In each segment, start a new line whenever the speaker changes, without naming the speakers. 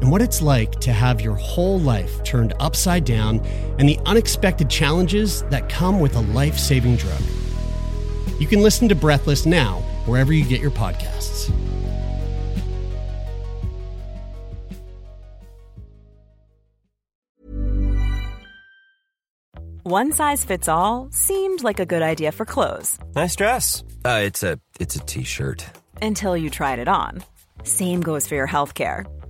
and what it's like to have your whole life turned upside down and the unexpected challenges that come with a life saving drug. You can listen to Breathless now, wherever you get your podcasts.
One size fits all seemed like a good idea for clothes
Nice dress. Uh, it's a it's a t-shirt.
until you tried it on. Same goes for your healthcare.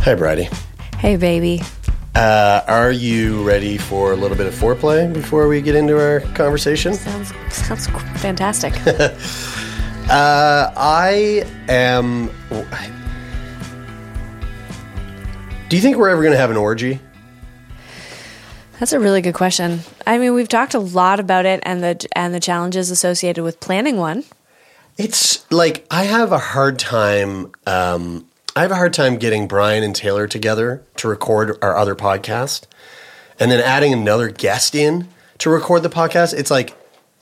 Hi, Bridie.
Hey, baby.
Uh, are you ready for a little bit of foreplay before we get into our conversation?
Sounds sounds fantastic.
Uh, I am. Do you think we're ever going to have an orgy?
That's a really good question. I mean, we've talked a lot about it and the and the challenges associated with planning one.
It's like I have a hard time. Um, I have a hard time getting Brian and Taylor together to record our other podcast, and then adding another guest in to record the podcast. It's like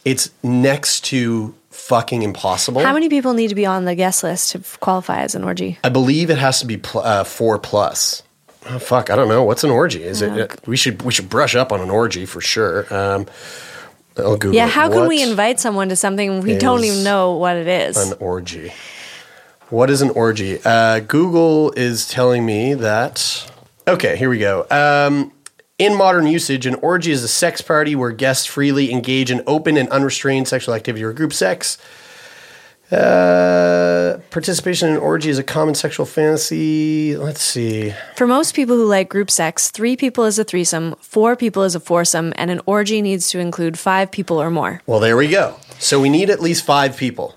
it's next to fucking impossible.
How many people need to be on the guest list to qualify as an orgy?
I believe it has to be pl- uh, four plus. Oh, fuck, I don't know. What's an orgy? Is it? uh, we should we should brush up on an orgy for sure. Um, I'll Google.
Yeah,
it.
how can
What
we invite someone to something we don't
is
even know what it is?
an orgy? What is an orgy? Uh, Google is telling me that. Okay, here we go. Um, in modern usage, an orgy is a sex party where guests freely engage in open and unrestrained sexual activity or group sex. Uh, participation in an orgy is a common sexual fantasy. Let's see.
For most people who like group sex, three people is a threesome, four people is a foursome, and an orgy needs to include five people or more.
Well, there we go. So we need at least five people.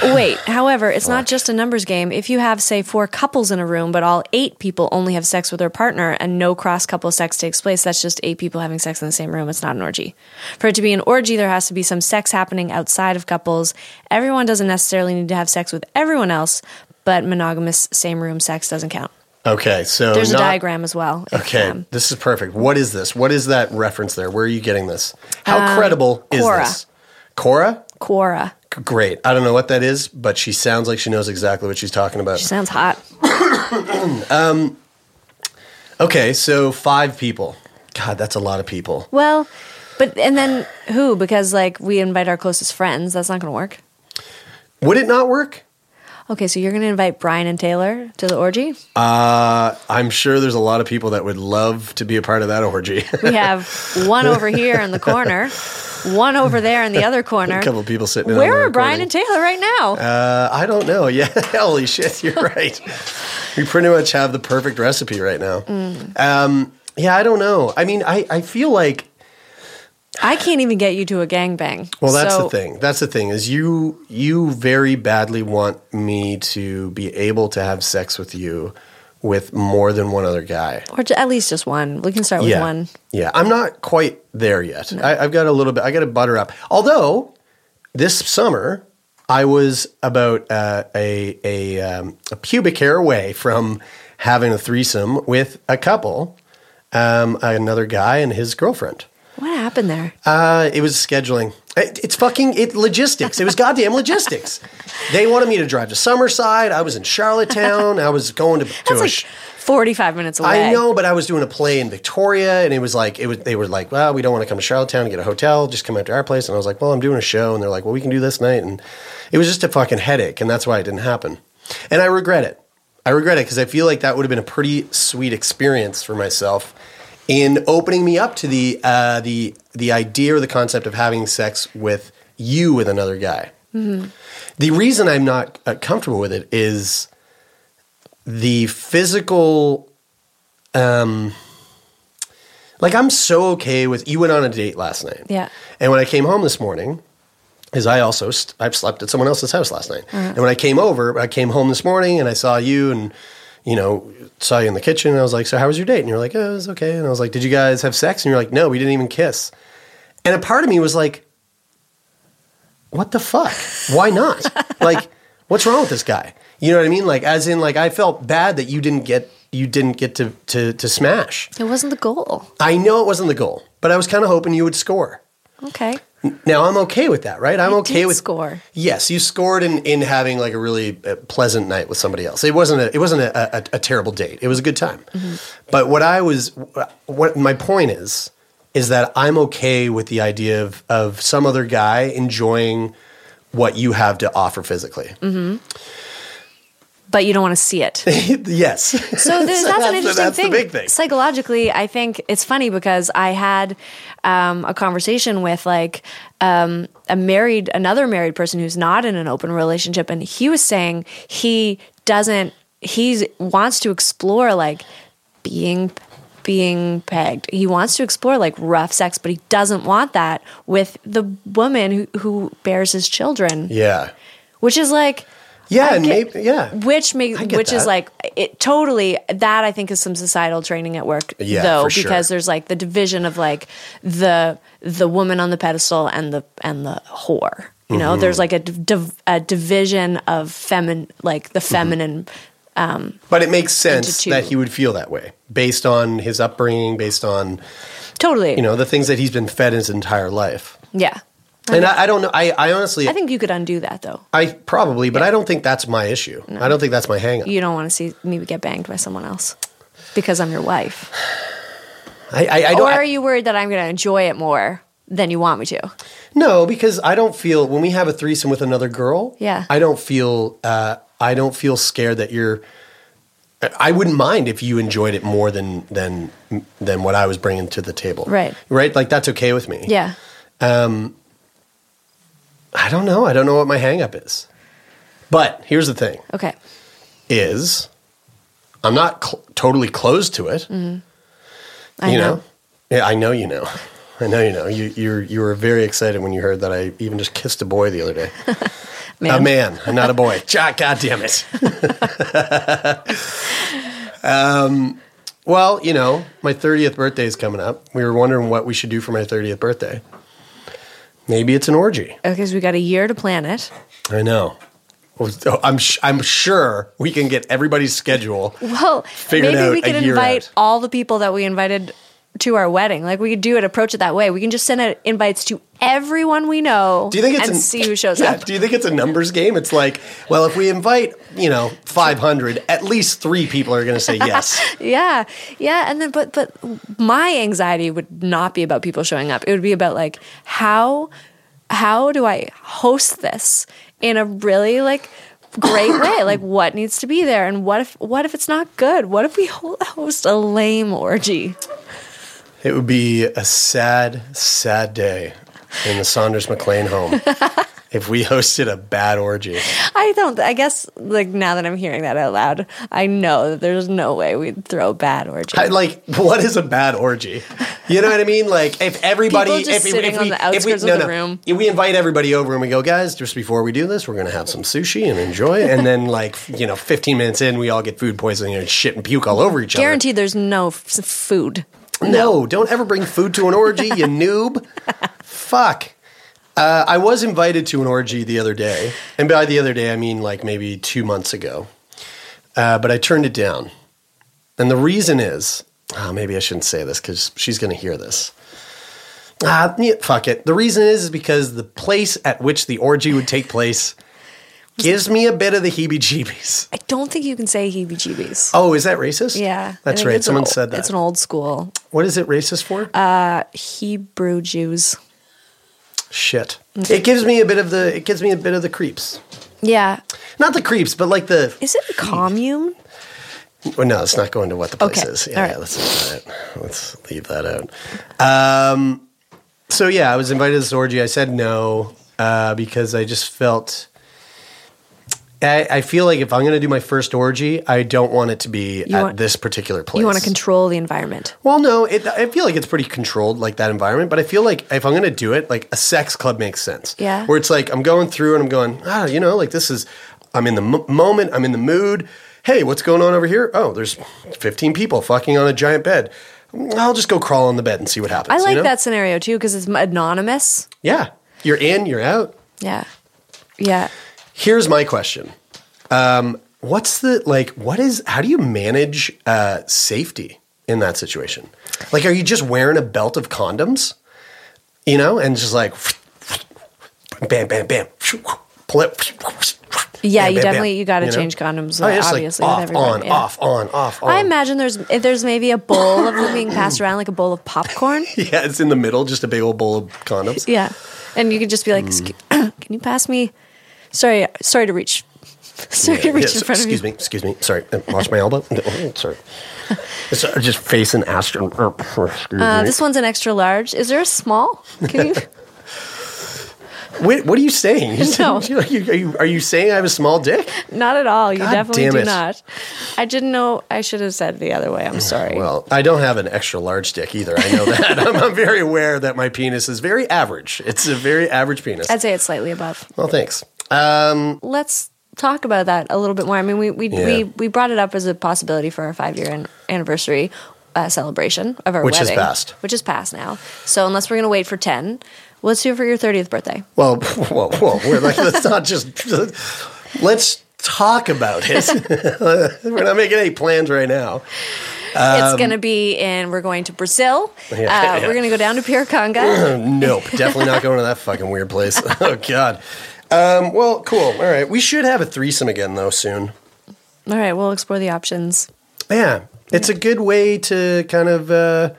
Wait, however, it's not just a numbers game. If you have, say, four couples in a room, but all eight people only have sex with their partner and no cross couple sex takes place, that's just eight people having sex in the same room. It's not an orgy. For it to be an orgy, there has to be some sex happening outside of couples. Everyone doesn't necessarily need to have sex with everyone else, but monogamous same room sex doesn't count.
Okay, so
There's
Oh, not-
a diagram as well. if,
Okay,
um,
this is perfect. What is this? What is that reference there? Where are you getting this? How
Uh,
credible is
Quora.
this? Cora?
Quora.
Great. I don't know what that is, but she sounds like she knows exactly what she's talking about.
She sounds hot.
Okay, so five people. God, that's a lot of people.
Well, but, and then who? Because, like, we invite our closest friends. That's not going to work.
Would it not work?
Okay, so you're going to invite Brian and Taylor to the orgy?
Uh, I'm sure there's a lot of people that would love to be a part of that orgy.
We have one over here in the corner, one over there in the other corner.
a couple people sitting. in on
Where
the
are Brian
recording.
and Taylor right now?
Uh, I don't know. Yeah, holy shit, you're right. we pretty much have the perfect recipe right now. Um, yeah, I don't know. I mean, I, I feel like
I can't even get you to a gangbang.
Well, that's
So-
the thing. That's the thing is you you very badly want me to be able to have sex with you with more than one other guy.
Or ju- at least just one. We can start with
yeah,
one.
yeah. I'm not quite there yet. I, I've got a little bit. I got to butter up. Although this summer I was about uh, a a, um, a pubic hair away from having a threesome with a couple, um, another guy and his girlfriend.
What happened there?
Uh, it was scheduling. It, it's fucking it logistics. It was goddamn logistics. They wanted me to drive to Summerside. I was in Charlottetown. I was going to. to
That's
a
like
sh-
45 minutes away.
I know, but I was doing a play in Victoria, and it was like it was. They were like, "Well, we don't want to come to Charlottetown and get a hotel. Just come out to our place." And I was like, "Well, I'm doing a show," and they're like, "Well, we can do this night." And it was just a fucking headache, and that's why it didn't happen. And I regret it. I regret it because I feel like that would have been a pretty sweet experience for myself in opening me up to the uh, the the idea or the concept of having sex with you with another guy. The reason I'm not uh, comfortable with it is the physical um, like I'm so okay with you went on a date last night.
Yeah.
And when I came home this morning, is I also st- I've slept at someone else's house last night. And when I came over, I came home this morning and I saw you and you know saw you in the kitchen and I was like, so how was your date? And you're like, oh, it was okay. And I was like, did you guys have sex? And you're like, no, we didn't even kiss. And a part of me was like, what the fuck? Why not? like, what's wrong with this guy? You know what I mean? Like, as in, like I felt bad that you didn't get you didn't get to to to smash.
It wasn't the goal.
I know it wasn't the goal, but I was kind of hoping you would score.
Okay.
Now I'm okay with that, right? I'm
You
okay
did
with
score.
Yes, you scored in, in having like a really uh, pleasant night with somebody else. It wasn't a, it wasn't a, a, a terrible date. It was a good time.
Mm-hmm.
But what I was what my point is is that I'm okay with the idea of of some other guy enjoying what you have to offer physically.
Mm-hmm. But you don't want to see it.
yes.
So there's, that's, an
the-
interesting
that's the
thing.
big thing.
Psychologically, I think it's funny because I had um, a conversation with like um, a married, another married person who's not in an open relationship, and he was saying he doesn't, he wants to explore like being being pegged. He wants to explore like rough sex, but he doesn't want that with the woman who, who bears his children,
Yeah.
which is like
Yeah,
I
and
get-
maybe yeah.
which makes
I get
which is
that.
like it totally that I think is some societal training at work
Yeah,
though
for sure.
because there's like the division of like the the woman on the pedestal and the and the whore you know
Mm-hmm.
there's like a, div- a division of feminine like
Mm-hmm.
the feminine
But it makes sense
two.
that he would feel that way based on his upbringing, based on
totally
you know the things that he's been fed his entire life.
yeah
And I, I don't know. I, I honestly,
I
I,
think you could undo that though
probably, but I don't think that's my issue. I don't think that's my hang up.
you don't want to see me get banged by someone else because I'm your wife
I, I, I don't.
or
I-
are you worried that I'm going to enjoy it more than you want me to
no, because I don't feel when we have a threesome with another girl.
Yeah.
I don't feel. Uh, I don't feel scared that you're. I- I wouldn't mind if you enjoyed it more than than than what I was bringing to the table.
Right.
Right. Like that's okay with me. Um,
yeah
I don't know. I don't know what my hang up is. But here's the thing.
okay
is I'm not cl- totally closed to it.
I
you
know.
Yeah, I know you know. I know you know. You you're you were very excited when you heard that I even just kissed a boy the other day. A man, not a boy. God, God damn it. um, Um, well, you know, my 30th birthday is coming up. We were wondering what we should do for my 30th birthday. Maybe it's an orgy.
because we got a year to plan it.
I know. Well, so I'm sh- I'm sure we can get everybody's schedule.
Well,
Figured
maybe
out
we
a
could
year
invite
out.
all the people that we invited to our wedding. Like we could do it, approach it that way. We can just send out invites to everyone we know.
Do you think it's
and
an-
see who shows
Yeah,
up?
Do you think it's a numbers game? It's like, well, if we invite, you know, 500, at least three people are going to say yes.
Yeah, yeah. And then, but but my anxiety would not be about people showing up. It would be about like how how do I host this in a really like great way like what needs to be there and what if what if it's not good what if we ho- host a lame orgy
It would be a sad, sad day in the Saunders McLean home. if we hosted a bad orgy.
I don't. I guess like now that I'm hearing that out loud, I know that there's no way we'd throw bad orgy.
I, like, what is a bad orgy? You know what I mean? Like, if everybody,
People just
if, if-
sitting
if
on
we,
the
if we,
outskirts of
no,
the
no.
room.
If we invite everybody over and we go, guys, just before we do this, we're gonna have some sushi and enjoy it. And then, like, you know, 15 minutes in, we all get food poisoning and shit and puke all over each other.
Guaranteed, there's no f- food.
No, don't ever bring food to an orgy, you noob. Fuck. Uh, I was invited to an orgy the other day. And by the other day, I mean like maybe two months ago. Uh, but I turned it down. And the reason is ah, maybe I shouldn't say this because she's going to hear this. Ah, yeah, fuck it. The reason is, is because the place at which the orgy would take place gives me a bit of the heebie jeebies.
I don't think you can say heebie-jeebies.
Oh, is that racist?
yeah, I
That's
think
right.
it's an
Someone
ol-
said that.
It's an old school
what is it racist for?
Hebrew Jews.
Shit. It gives me a bit of the it gives me a bit of the creeps.
Yeah,
Not the creeps, but like the
is it a commune?
well, no, it's not going to what the place
Okay.
is.
All
Yeah,
right.
yeah, let's leave that. Let's leave that out. Um so yeah, I was invited to this orgy. I said no, uh, because I just felt I, I feel like if I'm gonna do my first orgy, I don't want it to be at
want-
this particular place.
You want to control the environment.
Well, no, it, I feel like it's pretty controlled, like that environment. But I feel like if I'm going to do it, like a sex club makes sense.
Yeah.
Where it's like I'm going through and I'm going, ah, you know, like this is, I'm in the m- moment, I'm in the mood. Hey, what's going on over here? Oh, there's 15 people fucking on a giant bed. I'll just go crawl on the bed and see what happens.
I
you
like
know?
that scenario too because it's m- anonymous.
Yeah. You're in, you're out.
Yeah, yeah.
Here's my question. Um, what's the like what is how do you manage uh safety in that situation? Like are you just wearing a belt of condoms? You know, and just like bam bam bam pull it
Yeah,
bam,
you
bam,
definitely- you gotta
know?
change condoms,
Oh, yeah, just, like,
obviously, with
off,
everybody,
on
yeah.
off on off on
I imagine there's if there's maybe a bowl of them being passed around like a bowl of popcorn.
yeah it's in the middle just a big old bowl of condoms
Yeah, and you could just be
Mm.
like, "Excu- "Can you pass me?" Sorry, sorry to reach. Sorry to reach
Yes,
in front of you.
excuse me, excuse me. Sorry, Uh, watch my elbow. Sorry, It's, uh, just face and astro. Excuse
Uh,
me.
this one's an extra large. Is there a small? Can you?
Wait, what are you saying? You said-
No.
you- you- are, you, are you saying I have a small dick?
not at all. You
God
definitely
damn
do
it. Oh,
not. I didn't know. I should have said the other way. I'm sorry.
Well, I don't have an extra large dick either. I know that. I'm, I'm very aware that my penis is very average. It's a very average penis.
I'd say it's slightly above.
well, thanks. Um,
Let's talk about that a little bit more. I mean, we we
Yeah.
we, we brought it up as a possibility for our five year an- anniversary uh, celebration of our
Which has
wedding,
passed.
which is past now. So unless we're gonna wait for ten, let's do it for your thirtieth birthday.
well, whoa, whoa. We're like, let's not just. Let's talk about it. We're not making any plans right now.
it's going to be in. We're going to Brazil.
Um, Yeah,
uh,
yeah.
We're going to go down to Piracanga.
Nope, definitely not going to that fucking weird place. Oh God. Um, well, cool. All right, we should have a threesome again though soon.
All right, we'll explore the options.
Yeah, it's a good way to kind of. Uh,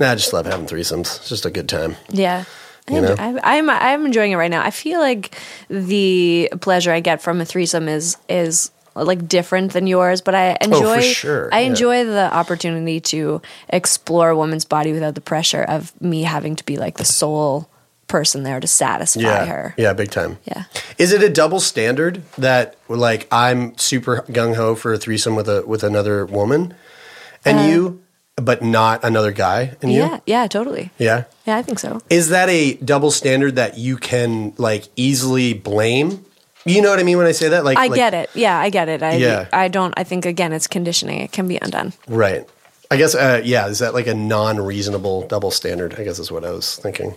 nah, I just love having threesomes. It's just a good time.
Yeah.
You know?
I, I'm I'm enjoying it right now. I feel like the pleasure I get from a threesome is is like different than yours, but I enjoy
Oh, sure,
I
yeah.
enjoy the opportunity to explore a woman's body without the pressure of me having to be like the sole person there to satisfy
Yeah,
her.
yeah, big time.
Yeah.
Is it a double standard that like I'm super gung ho for a threesome with a with another woman, and you, but not another guy, and
Uh. Yeah,
you?
yeah, totally.
Yeah.
Yeah, I think so.
Is that a double standard that you can like easily blame? You know what I mean when I say that? Like
I
like-
get it. Yeah, I get it. I
Yeah.
I don't I think again it's conditioning. It can be undone.
Right. I guess, uh, yeah, is that like a non reasonable double standard? I guess is what I was thinking.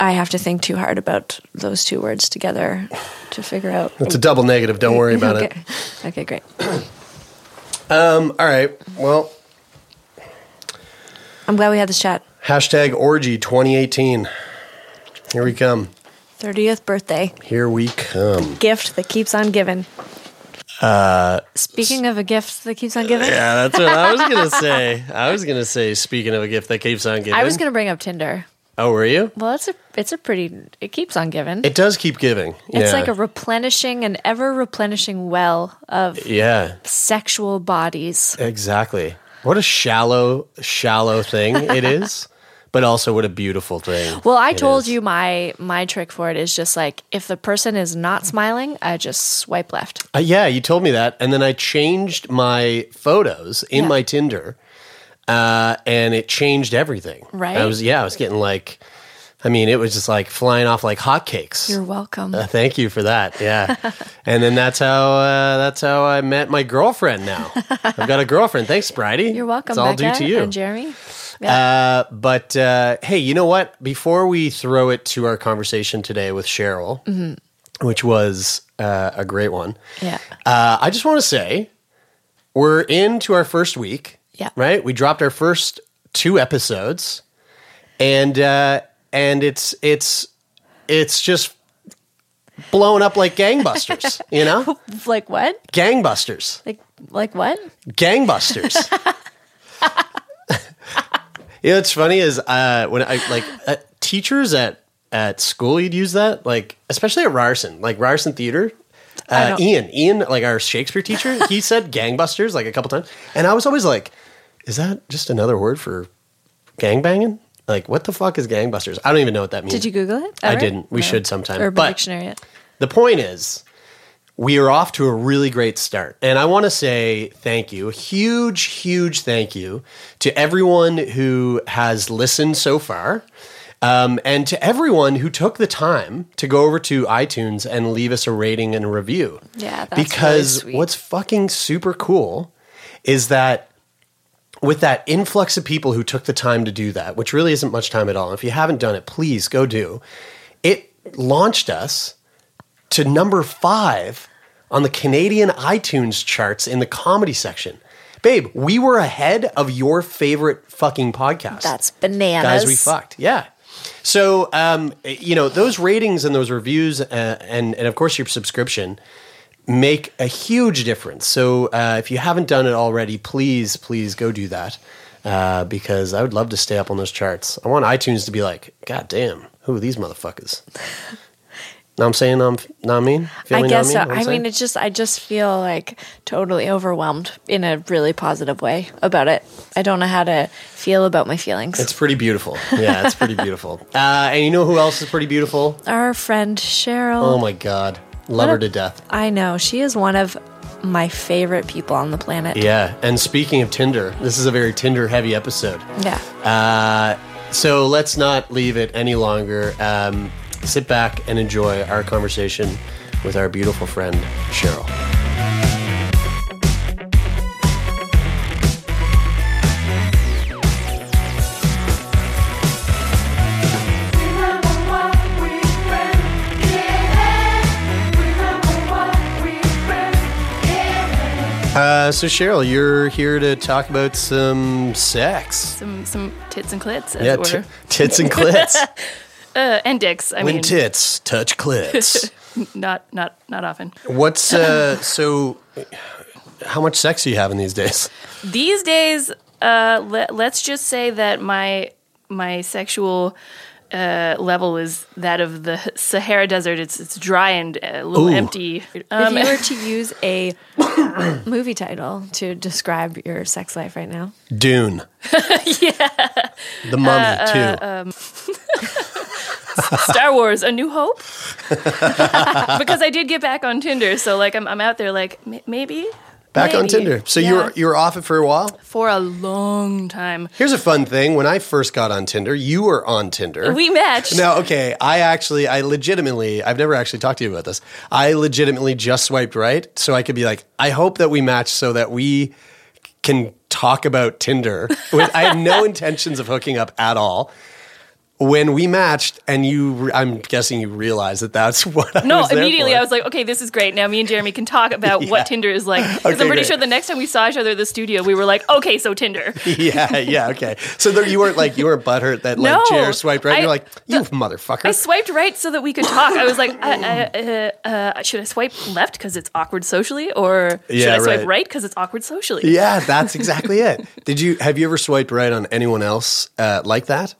I have to think too hard about those two words together to figure out.
It's a double negative. Don't worry about
okay.
it.
Okay, great.
Um, all right. Well,
I'm glad we had this chat.
hashtag orgy 2018. Here we come.
30th birthday
Here we come.
gift that keeps on giving. Uh, Speaking of a gift that keeps on giving,
Uh, Yeah, that's what I was going to say. I was going to say, speaking of a gift that keeps on giving.
I was going to bring up Tinder.
Oh, were you?
Well, it's a it's a pretty it keeps on giving.
It does keep giving.
It's
Yeah.
like a replenishing and ever replenishing well of
Yeah,
sexual bodies.
exactly. What a shallow, shallow thing it is. But also, what a beautiful thing.
Well, I told
is.
you my my trick for it is just like if the person is not smiling, I just swipe left.
Uh, yeah, you told me that, and then I changed my photos in my Tinder, uh, and it changed everything.
Right?
I was yeah, I was getting like, I mean, it was just like flying off like hotcakes.
You're welcome.
Uh, thank you for that. Yeah, and then that's how uh, that's how I met my girlfriend. Now I've got a girlfriend. Thanks, Bridie.
You're welcome.
It's all
Becca
due to you.
and Jeremy.
Uh, but uh, hey, you know what? Before we throw it to our conversation today with Cheryl,
Mm-hmm.
which was uh, a great one,
Yeah.
uh, I just want to say we're into our first week.
Yeah.
Right? We dropped our first two episodes, and uh, and it's it's it's just blowing up like gangbusters. you know,
Like what?
gangbusters
Like like what?
gangbusters. you know what's funny is uh, when I like uh, teachers at at school, you'd use that like especially at Ryerson, like Ryerson Theater. Uh, Ian, Ian, like our Shakespeare teacher, he said gangbusters like a couple times, and I was always like, "Is that just another word for gangbanging? Like, what the fuck is gangbusters? I don't even know what that means."
Did you Google it?
I
ever?
didn't. We
No.
should sometime.
Urban
but
Dictionary. it.
the point is, we are off to a really great start. And I want to say thank you, a huge, huge thank you to everyone who has listened so far. Um, and to everyone who took the time to go over to iTunes and leave us a rating and a review.
Yeah, that's really
because
sweet.
what's fucking super cool is that with that influx of people who took the time to do that, which really isn't much time at all. If you haven't done it, please go do. It launched us to number five on the Canadian iTunes charts in the comedy section. Babe, we were ahead of your favorite fucking podcast.
That's bananas.
Guys, we fucked. Yeah. So, um, you know, those ratings and those reviews, uh, and and of course your subscription, make a huge difference. So, uh, if you haven't done it already, please, please go do that uh, because I would love to stay up on those charts. I want iTunes to be like, God damn, who are these motherfuckers? Now I'm saying I'm not mean. Feeling
I
know
guess so.
what Know what
I
I'm saying?
mean, it's just I just feel like totally overwhelmed in a really positive way about it. I don't know how to feel about my feelings.
it's pretty beautiful. Yeah, it's pretty beautiful. Uh, and you know who else is pretty beautiful?
Our friend Cheryl.
Oh my god, love her to death.
I know she is one of my favorite people on the planet.
Yeah, and speaking of Tinder, this is a very Tinder heavy episode.
Yeah.
Uh, so let's not leave it any longer. Um, sit back and enjoy our conversation with our beautiful friend, Cheryl. Uh, so Cheryl, you're here to talk about some sex.
some some tits and clits, as
Yeah,
it
t-
were,
tits and clits.
uh, and dicks. I
when
mean,
tits touch clits.
not not not often.
What's uh, so? How much sex are you having these days?
These days, uh, le- let's just say that my my sexual uh, level is that of the Sahara Desert. It's it's dry and uh, a little
Ooh.
empty.
If
Um,
you were to use a movie title to describe your sex life right now,
Dune. yeah. The Mummy
Uh,
too.
Star Wars: A New Hope. because I did get back on Tinder, so like I'm I'm out there like m- maybe
Back on
maybe.
Tinder. So
Yeah.
you were you were off it for a while.
for a long time.
Here's a fun thing. When I first got on Tinder, you were on Tinder.
We matched.
No, okay. I actually, I legitimately, I've never actually talked to you about this. I legitimately just swiped right so I could be like, I hope that we match so that we can talk about Tinder. With, I had no intentions of hooking up at all. When we matched, and you, re- I'm guessing you realized that that's what I
No,
was there
immediately
for.
I was like, okay, this is great. Now me and Jeremy can talk about
Yeah.
what Tinder is like. Because
Okay,
I'm pretty
great.
sure the next time we saw each other at the studio, we were like, okay, so Tinder.
yeah, yeah, okay. So there, you weren't like you weren't butthurt that like
No,
Jer swiped right.
I-
You're like you motherfucker.
I swiped right so that we could talk. I was like, I, I, uh, uh, should I swipe left because it's awkward socially, or should
Yeah,
I swipe
right.
right because it's awkward socially?
yeah, that's exactly it. Did you have you ever swiped right on anyone else uh, like that?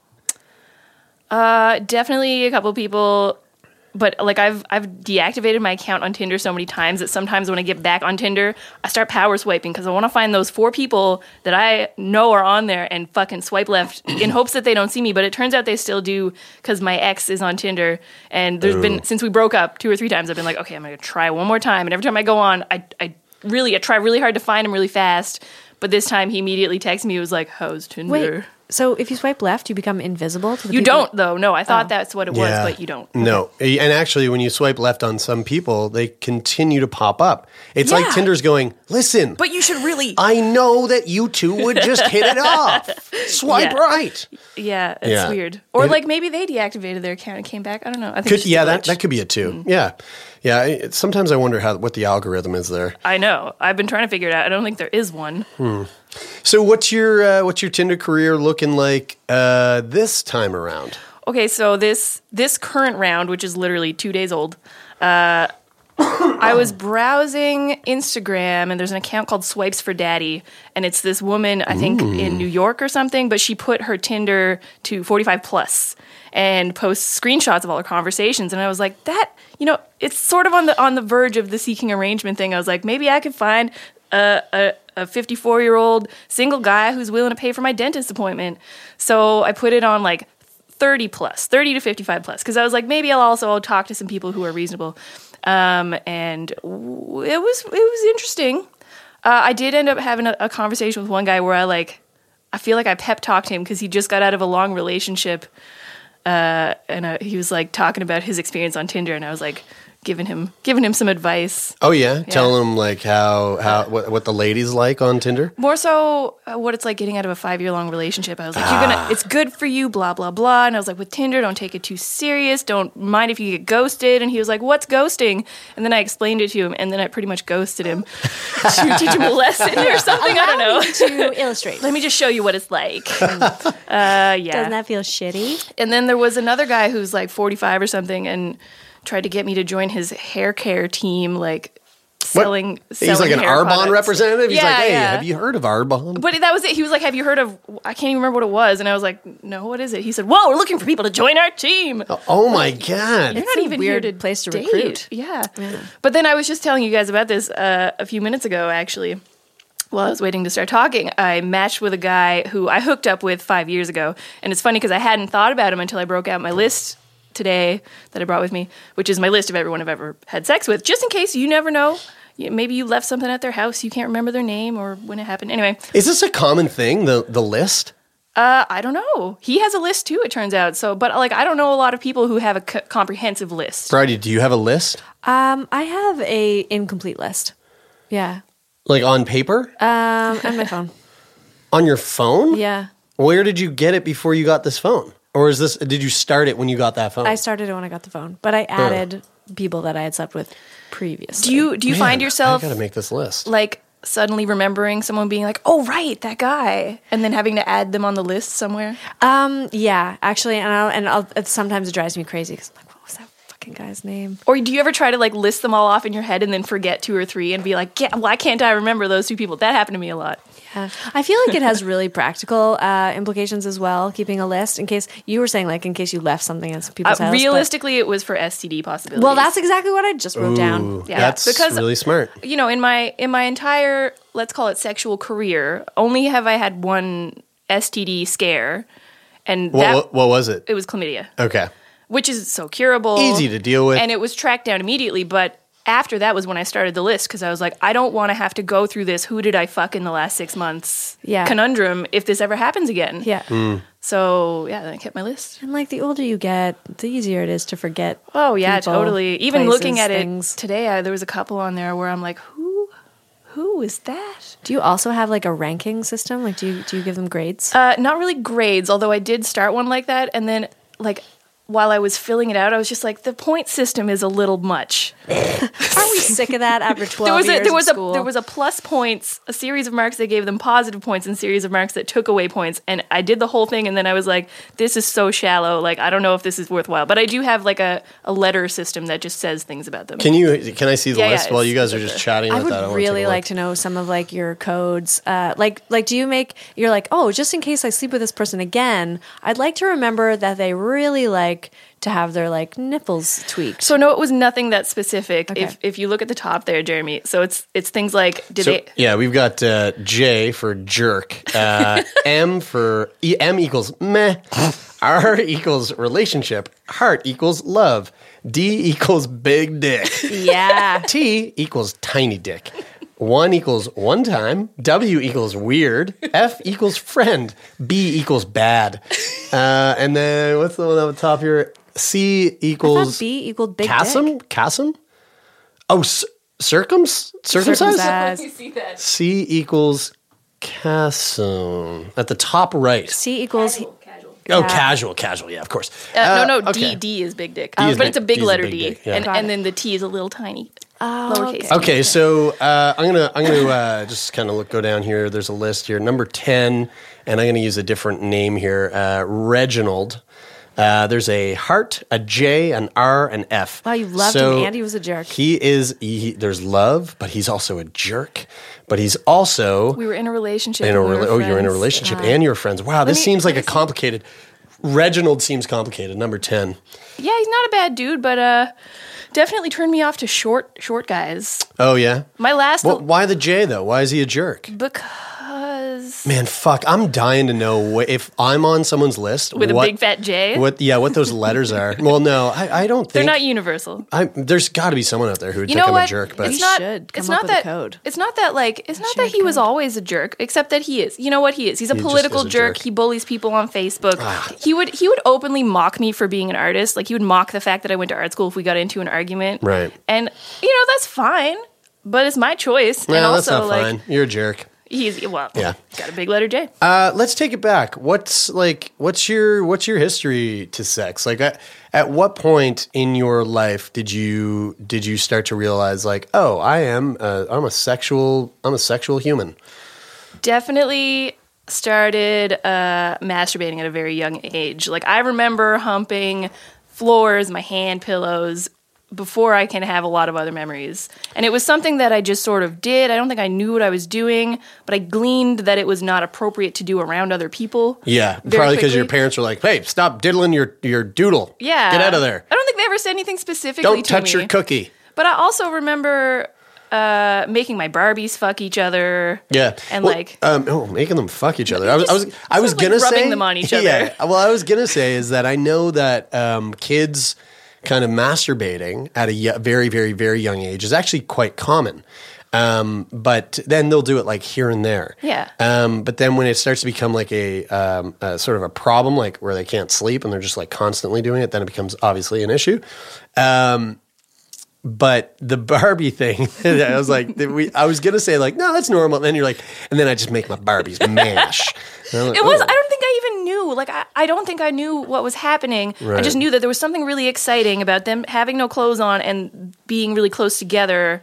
Uh, definitely a couple people. but like I've I've deactivated my account on Tinder so many times that sometimes when I get back on Tinder, I start power swiping because I want to find those four people that I know are on there and fucking swipe left in hopes that they don't see me. But it turns out they still do because my ex is on Tinder, and there's
Ooh.
been since we broke up two or three times. I've been like, okay, I'm gonna try one more time, and every time I go on, I I really I try really hard to find him really fast. But this time he immediately texted me. He was like, "How's Tinder?"
Wait, so if you swipe left, you become invisible to the
You
people-
don't though. No, I thought that's what it was, but you don't.
No. And actually, when you swipe left on some people, they continue to pop up. It's
Yeah.
like Tinder's going, listen,
But you should really
I know that you two would just hit it off. Swipe
Yeah.
right.
Yeah, it's
Yeah.
weird. Or
It-
like maybe they deactivated their account and came back. I don't know. I think it's
Could,
just a
yeah, that,
glitch.
that could be it too.
Mm-hmm.
Yeah. Yeah. It, sometimes I wonder how what the algorithm is there.
I know. I've been trying to figure it out. I don't think there is one.
Hmm. So what's your uh, what's your Tinder career looking like uh, this time around?
Okay, so this this current round, which is literally two days old, uh, I was browsing Instagram and there's an account called Swipes for Daddy, and it's this woman I think
Ooh.
in New York or something, but she put her Tinder to 45 plus and posts screenshots of all her conversations, and I was like, that you know, it's sort of on the on the verge of the seeking arrangement thing. I was like, maybe I could find a a a 54 year old single guy who's willing to pay for my dentist appointment. So I put it on like 30 plus, 30 to 55 plus, because I was like, maybe I'll also talk to some people who are reasonable. Um, and w- it was it was interesting. Uh, I did end up having a, a conversation with one guy where I like, I feel like I pep talked him because he just got out of a long relationship, uh, and uh, he was like talking about his experience on Tinder, and I was like giving him giving him some advice.
Oh yeah, telling them like how how what, what the ladies like on Tinder.
More so, uh, what it's like getting out of a five year long relationship. I was like, you're gonna, it's good for you, blah blah blah. And I was like, with Tinder, don't take it too serious. Don't mind if you get ghosted. And he was like, what's ghosting? And then I explained it to him, and then I pretty much ghosted him to teach him a lesson or something. I don't know.
Allow me to illustrate.
Let me just show you what it's like. uh, yeah.
Doesn't that feel shitty?
And then there was another guy who's like 45 or something and tried to get me to join his hair care team, like selling.
He's like
selling
an
hair
Arbonne
products.
representative. He's
Yeah,
like, hey,
yeah.
have you heard of Arbonne?
But that was it. He was like, "Have you heard of?" I can't even remember what it was, and I was like, "No, what is it?" He said, "Well, we're looking for people to join our team."
oh my god!
You're not even
weird
here to
place to
date.
recruit.
Yeah. But then I was just telling you guys about this uh, a few minutes ago, actually. While I was waiting to start talking, I matched with a guy who I hooked up with five years ago, and it's funny because I hadn't thought about him until I broke out my list today that I brought with me, which is my list of everyone I've ever had sex with, just in case you never know. You- Maybe you left something at their house, you can't remember their name or when it happened. Anyway,
Is this a common thing? The the list.
uh, I don't know. He has a list too, it turns out. So, but like, I don't know a lot of people who have a c- comprehensive list.
Friday, do you have a list
Um, I have a incomplete list. Yeah.
like on paper
Uh,
Um, on my phone.
on your phone?
Yeah.
Where did you get it before you got this phone? Or is this? Did you start it when you got that phone?
I started it when I got the phone, but I added people that I had slept with previously.
Do you do you
Man,
find yourself
I gotta make this list.
like suddenly remembering someone being like, "Oh right, that guy," and then having to add them on the list somewhere?
Um, yeah, actually, and I'll, and I'll, it, sometimes it drives me crazy because like, what was that fucking guy's name?
Or do you ever try to like list them all off in your head and then forget two or three and be like, "Yeah, why can't I remember those two people?" That happened to me a lot.
Yeah, I feel like it has really practical uh, implications as well. Keeping a list in case you were saying like in case you left something at people's
Uh,
house. but-
realistically, it was for STD possibilities.
well, that's exactly what I just wrote
Ooh,
down.
Yeah,
that's
because-
really smart.
you know in my in my entire let's call it sexual career only have i had one std scare and
What,
that
what, what was it?
it was chlamydia
Okay.
which is so curable
Easy to deal with.
and it was tracked down immediately but after that was when i started the list because i was like i don't want to have to go through this who did i fuck in the last six months
Yeah.
conundrum if this ever happens again
Yeah.
so yeah then i kept my list
And like the older you get, the easier it is to forget.
oh yeah
people,
totally even
places,
looking at
things.
it today I, there was a couple on there where i'm like who who is that
Do you also have like a ranking system? Like, do you do you give them grades?
Uh, not really grades, although I did start one like that, and then like while I was filling it out, I was just like, the point system is a little much.
Aren't we sick of that after twelve
There was
years
a there was
of
a
school?
there was a plus points, a series of marks that gave them positive points, and series of marks that took away points. And I did the whole thing, and then I was like, this is so shallow. Like I don't know if this is worthwhile. But I do have like a, a letter system that just says things about them.
Can you? Can I see the
Yeah, yeah,
list while
it's-
you guys are just chatting?
I
about
would
that? wanna take a
really
look.
like to know some of like your codes. Uh, like, like, do you make? You're like, oh, just in case I sleep with this person again, I'd like to remember that they really like like to have their like nipples tweaked.
So no, it was nothing that specific. If if you look at the top there, Jeremy, so it's it's things like did
So,
they
yeah, we've got uh, J for jerk, uh, M for e- M equals meh, R equals relationship, heart equals love, D equals big dick,
Yeah.
T equals tiny dick, one equals one time, W equals weird, F equals friend, B equals bad, uh, and then what's the one on the top here? C equals
B equaled big
Cassim? Cassim? Oh, c- circums circumcised.
Circumcised.
C equals chasm at the top right.
C equals
Oh, casual, casual. Yeah, of course.
Uh, no, no,
okay.
D D is big dick, Uh,
D is
but
big-
it's a big
D is a
letter
big
D,
dick, yeah.
and,
Got
and then the T is a little tiny
Oh,
lowercase.
Okay, so uh, I'm gonna I'm gonna uh, just kind of look go down here. There's a list here, number ten, and I'm gonna use a different name here, uh, Reginald. Uh, there's a heart, a J, an R, an F.
Wow, you loved him and he was a jerk.
He is. He, there's love, but he's also a jerk. But he's also
We were in a relationship.
in a
and we
rela-
were
oh, you're in a
friends.
relationship and you're friends. Wow, this
me-
seems like
let
a complicated. Reginald seems complicated. Number ten.
Yeah, he's not a bad dude, but uh, definitely turned me off to short short guys.
Oh yeah.
My last
What, why the J though? Why is he a jerk?
because
Man, fuck! I'm dying to know wh- if I'm on someone's list
with
what,
a big fat J,
What? Yeah, what those letters are? well, no, I, I don't
they're
think.
not universal.
I, there's got to be someone out there who would
You
think
know
I'm
what?
a jerk, but
it's not.
should come
it's
up
not
with a
that.
code.
It's not that like. It's not that he was always a jerk, except that he is. You know what he is? He's a
just
political
is a
jerk.
jerk. Ah.
He bullies people on Facebook. he would. He would openly mock me for being an artist. Like he would mock the fact that I went to art school if we got into an argument.
Right.
And you know that's fine, but it's my choice. and
well, that's
also
not
like
fine. You're a jerk.
he's well.
Yeah.
Got a big letter J.
Uh, let's take it back. What's like? What's your what's your history to sex? Like, at, at what point in your life did you did you start to realize like, oh, I am i I'm a sexual I'm a sexual human.
definitely started uh, masturbating at a very young age. Like I remember humping floors, my hand pillows before I can have a lot of other memories. And it was something that I just sort of did. I don't think I knew what I was doing, but I gleaned that it was not appropriate to do around other people.
Yeah,
Very
probably because your
quickly.
parents were like, hey, stop diddling your your doodle.
Yeah.
get out of there.
I don't think they ever said anything specifically
Don't
to
touch
me.
your cookie.
But I also remember uh, making my Barbies fuck each other.
Yeah,
And
Well,
like
um, oh, making them fuck each other. I was, I was,
just
I was
sort of,
gonna
like, rubbing
say
them on each
Yeah,
other.
well, I was gonna say is that I know that um, kids kind of masturbating at a ye- very, very, very young age is actually quite common. Um, but then they'll do it like here and there.
Yeah.
Um, but then when it starts to become like a, um, a sort of a problem, like where they can't sleep and they're just like constantly doing it, then it becomes obviously an issue. But the Barbie thing, I was like, that we, I was gonna say like, no, that's normal. And then you're like, and then I just make my Barbies mash. And I'm like,
It was.
"Oh."
I don't think I even knew. Like, I, I don't think I knew what was happening. I
Right.
just knew that there was something really exciting about them having no clothes on and being really close together.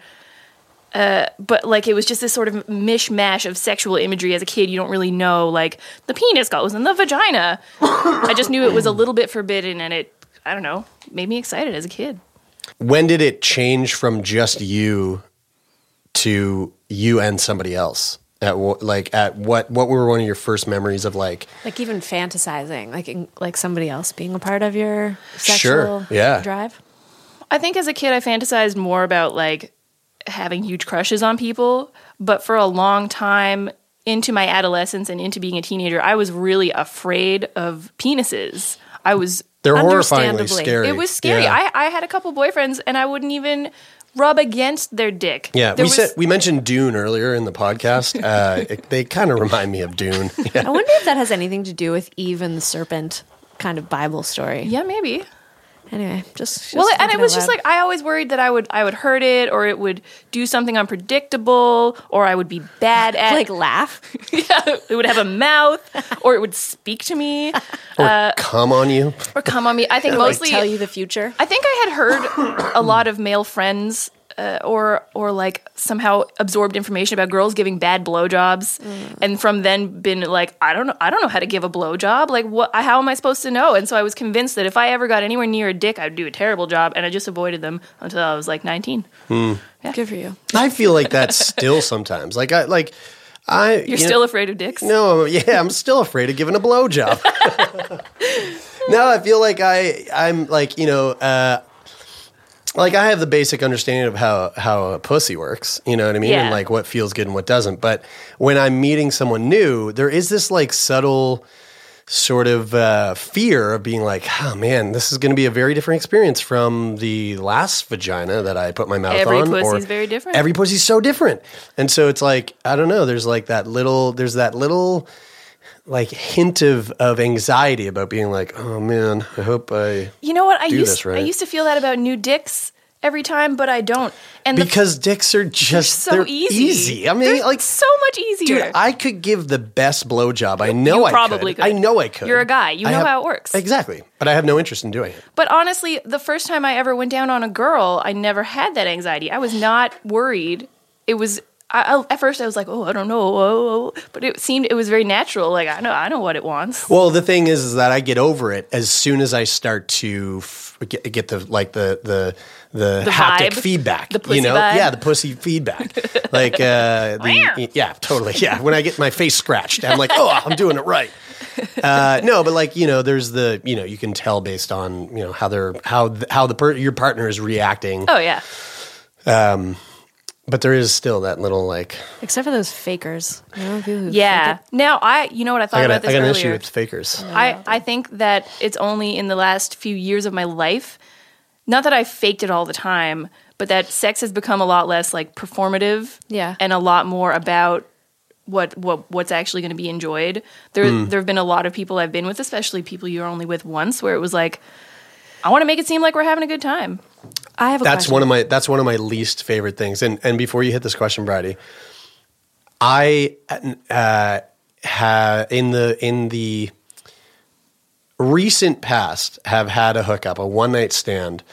Uh, but like, it was just this sort of mishmash of sexual imagery as a kid. You don't really know. Like, the penis goes in the vagina. I just knew it was a little bit forbidden, and it. I don't know. Made me excited as a kid.
When did it change from just you to you and somebody else? At wha- like at what what were one of your first memories of like
like even fantasizing, like in, like somebody else being a part of your sexual
Sure, yeah.
drive.
I think as a kid, I fantasized more about like having huge crushes on people. But for a long time into my adolescence and into being a teenager, I was really afraid of penises. I was.
they're horrifyingly
Understandably.
scary.
It was scary.
Yeah.
I, I had a couple boyfriends and I wouldn't even rub against their dick.
yeah, we
There was-
said we mentioned Dune earlier in the podcast. Uh, it, they kind of remind me of Dune. Yeah.
I wonder if that has anything to do with Eve and the serpent kind of Bible story.
Yeah, maybe.
Anyway, just, just
well, and
thinking
it was
out
just
loud.
like I always worried that I would I would hurt it or it would do something unpredictable or I would be bad at
like laugh.
yeah, it would have a mouth or it would speak to me.
Or
Uh,
come on you.
or come on me. I think mostly.
tell you the future.
I think I had heard a lot of male friends. Uh, or, or like somehow absorbed information about girls giving bad blowjobs,
Mm.
and from then been like, I don't know, I don't know how to give a blowjob. Like, what? How am I supposed to know? And so I was convinced that if I ever got anywhere near a dick, I'd do a terrible job, and I just avoided them until I was like 19.
Good for you.
I feel like that's still sometimes. Like I like I
You're still afraid of dicks?
No, yeah, I'm still afraid of giving a blowjob. no, I feel like I I'm like you know. Uh, like I have the basic understanding of how how a pussy works, you know what I mean,
Yeah.
and like what feels good and what doesn't. But when I'm meeting someone new, there is this like subtle sort of uh, fear of being like, oh man, this is going to be a very different experience from the last vagina that I put my mouth
Every
on.
pussy's
or-
very different.
Every pussy's so different, and so it's like I don't know. There's like that little. There's that little like hint of of anxiety about being like, oh man, I hope I
You know what? I
Do
used
this, right?
I used to feel that about new dicks every time, but I don't. And the
because dicks are just
so
they're
easy.
I mean,
They're
like
so much easier.
dude, I could give the best blowjob. I know I
probably could.
I know I could.
You're a guy. You
I
know how it works.
Exactly, but I have no interest in doing it.
but honestly, the first time I ever went down on a girl, I never had that anxiety. I was not worried. It was. I, I, at first, I was like, "Oh, I don't know," oh, oh, but it seemed it was very natural. Like I know, I know what it wants.
Well, the thing is, is that I get over it as soon as I start to f- get, get the like the the the,
The
haptic
vibe.
feedback.
The pussy
you know,
vibe.
yeah, the pussy feedback. like, uh, the, yeah, totally. Yeah, when I get my face scratched, I'm like, oh, I'm doing it right. Uh, no, but like you know, there's the you know you can tell based on you know how they're how th- how the per- your partner is reacting.
Oh yeah,
But there is still that little like
Except for those fakers. You know, people who
yeah. Now I, you know what I thought
I
about
got a,
this
I got
earlier.
an issue with fakers.
I, I think that it's only in the last few years of my life, not that I faked it all the time, but that sex has become a lot less like performative,
Yeah.
and a lot more about what what what's actually going to be enjoyed. There
Hmm.
there have been a lot of people I've been with, especially people you're only with once, where it was like, I want to make it seem like we're having a good time.
I have a
that's
question.
one of my that's one of my least favorite things. And and before you hit this question, Brady, I uh, ha, in the in the recent past have had a hookup, a one night stand,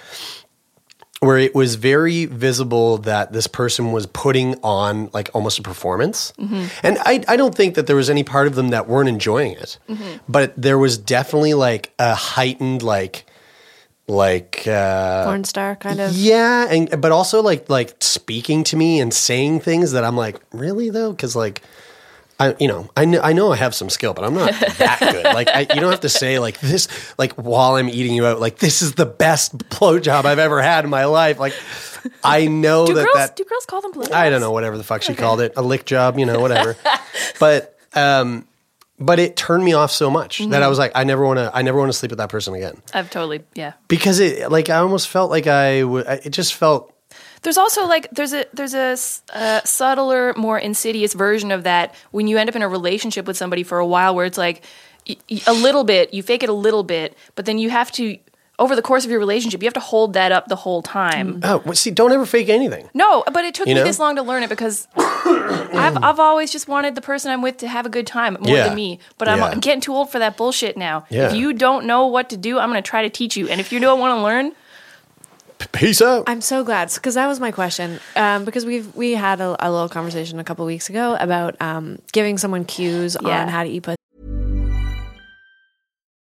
where it was very visible that this person was putting on like almost a performance.
Mm-hmm.
And I, I don't think that there was any part of them that weren't enjoying it,
Mm-hmm.
but there was definitely like a heightened like like uh,
porn star kind of.
yeah, and but also like like speaking to me and saying things that I'm like, really though, because like. I, you know, I know, I know I have some skill, but I'm not that good. Like, I, you don't have to say like this, like while I'm eating you out, like this is the best blowjob I've ever had in my life. Like, I know
Do
that
girls
that
do girls call them blowjobs?
I don't know whatever the fuck she called it, a lick job, you know, whatever. but um, but it turned me off so much that I
Mm-hmm.
was like, I never want to, I never want to sleep with that person again
I've totally yeah.
because it like I almost felt like I w- I- it just felt
There's also like there's a there's a s- uh, subtler, more insidious version of that when you end up in a relationship with somebody for a while, where it's like y- y- a little bit, you fake it a little bit, but then you have to over the course of your relationship, you have to hold that up the whole time.
oh well, see don't ever fake anything.
No, but it took
You
me
know?
this long to learn it because I've I've always just wanted the person I'm with to have a good time more
Yeah.
than me. But I'm,
Yeah.
I'm getting too old for that bullshit now.
Yeah.
If you don't know what to do, I'm going to try to teach you, and if you don't want to learn,
Peace out.
I'm so glad because that was my question. Um, because we've we had a, a little conversation a couple weeks ago about um, giving someone cues
Yeah.
on how to eat pussy.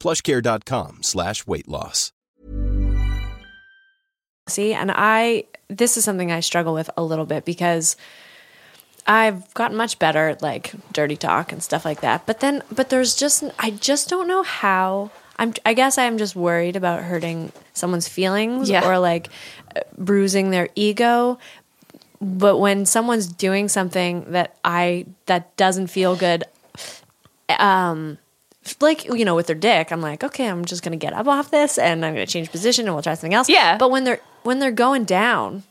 plushcare.com slash weight loss.
See, and I, this is something I struggle with a little bit because I've gotten much better at like dirty talk and stuff like that. But then, but there's just, I just don't know how. I'm, I guess I'm just worried about hurting someone's feelings
Yeah.
or like uh, bruising their ego. But when someone's doing something that I, that doesn't feel good, um, like you know with their dick i'm like okay i'm just gonna get up off this and i'm gonna change position and we'll try something else yeah but when they're when they're going down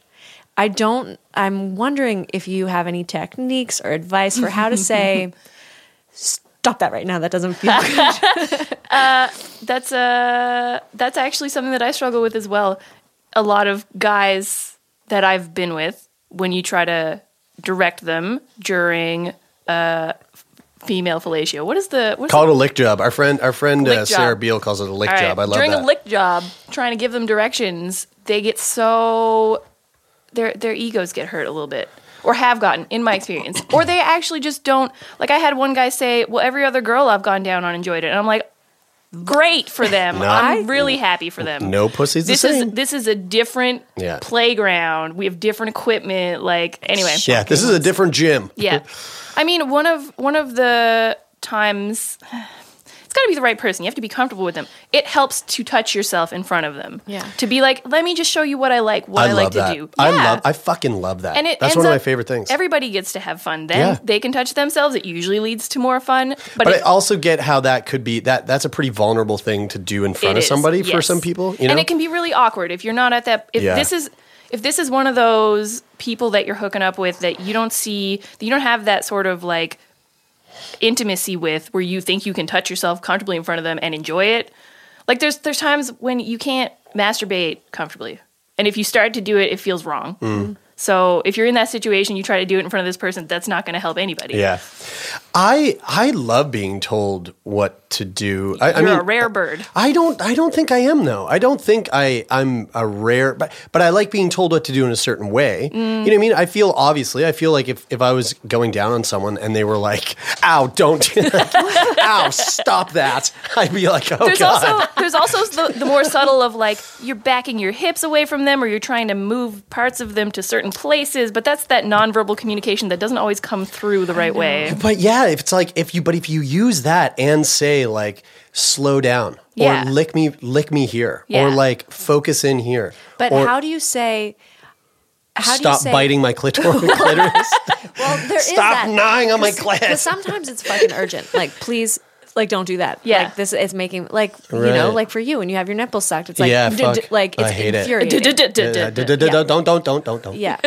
i don't i'm wondering if you have any techniques or advice for how to say stop that right now that doesn't feel good
uh, that's uh, that's actually something that I struggle with as well. A lot of guys that I've been with, when you try to direct them during uh, f- female fellatio, what is the what is
Call it
the-
a lick job. Our friend, our friend
Lick
uh, Sarah
job.
Beal calls it a lick
All right,
job. I love
during
that.
a lick job, trying to give them directions, they get so their their egos get hurt a little bit. Or have gotten in my experience, or they actually just don't. Like I had one guy say, "Well, every other girl I've gone down on enjoyed it," and I'm like, "Great for them!
No.
I'm really happy for them."
no pussy's the
this
same.
is this is a different
Yeah.
playground. We have different equipment. Like anyway,
yeah, this is a different gym.
yeah. I mean, one of one of the times it's got to be the right person. You have to be comfortable with them. It helps to touch yourself in front of them. Yeah. To be like, let me just show you what I like, what I,
love
like to
that.
do.
I
Yeah.
love. I fucking love that. That's
ends
one of my
up-
favorite things.
Everybody gets to have fun. Then
Yeah.
they can touch themselves. It usually leads to more fun. But,
but I
it,
also get how that could be that that's a pretty vulnerable thing to do in front
It
of
is,
somebody for
yes.
some people. You know,
and it can be really awkward if you're not at that. If
Yeah.
this is if this is one of those people that you're hooking up with that you don't see, that you don't have that sort of like intimacy with, where you think you can touch yourself comfortably in front of them and enjoy it. Like there's there's times when you can't masturbate comfortably, and if you start to do it, it feels wrong.
Mm.
So if you're in that situation, you try to do it in front of this person, that's not going to help anybody.
yeah, I I love being told what to do. I, I
you're
mean,
a rare bird.
I don't. I don't think I am though. I don't think I. I'm a rare, but but I like being told what to do in a certain way. You know what I mean? I feel obviously. I feel like if if I was going down on someone and they were like, "Ow, don't, ow, stop that," I'd be like, "Oh
there's
god."
also there's also the, the more subtle of like you're backing your hips away from them or you're trying to move parts of them to certain places but that's that nonverbal communication that doesn't always come through the right way
But yeah, if it's like if you but if you use that and say like slow down
Yeah.
or lick me lick me here
Yeah.
or like focus in here.
but
or
how do you say how
stop
do you say,
biting my clitoris? clitoris?
well there is
Stop
that.
gnawing on my
'Cause-
clit.
'cause sometimes it's fucking urgent like please like don't do that yeah like this it's making like you know
Right.
like for you and you have your nipples sucked it's like
yeah,
d-
fuck.
d- like it's
I hate
infuriating.
it. Yeah, d- d- d- Don't don't don't don't don't.
Yeah.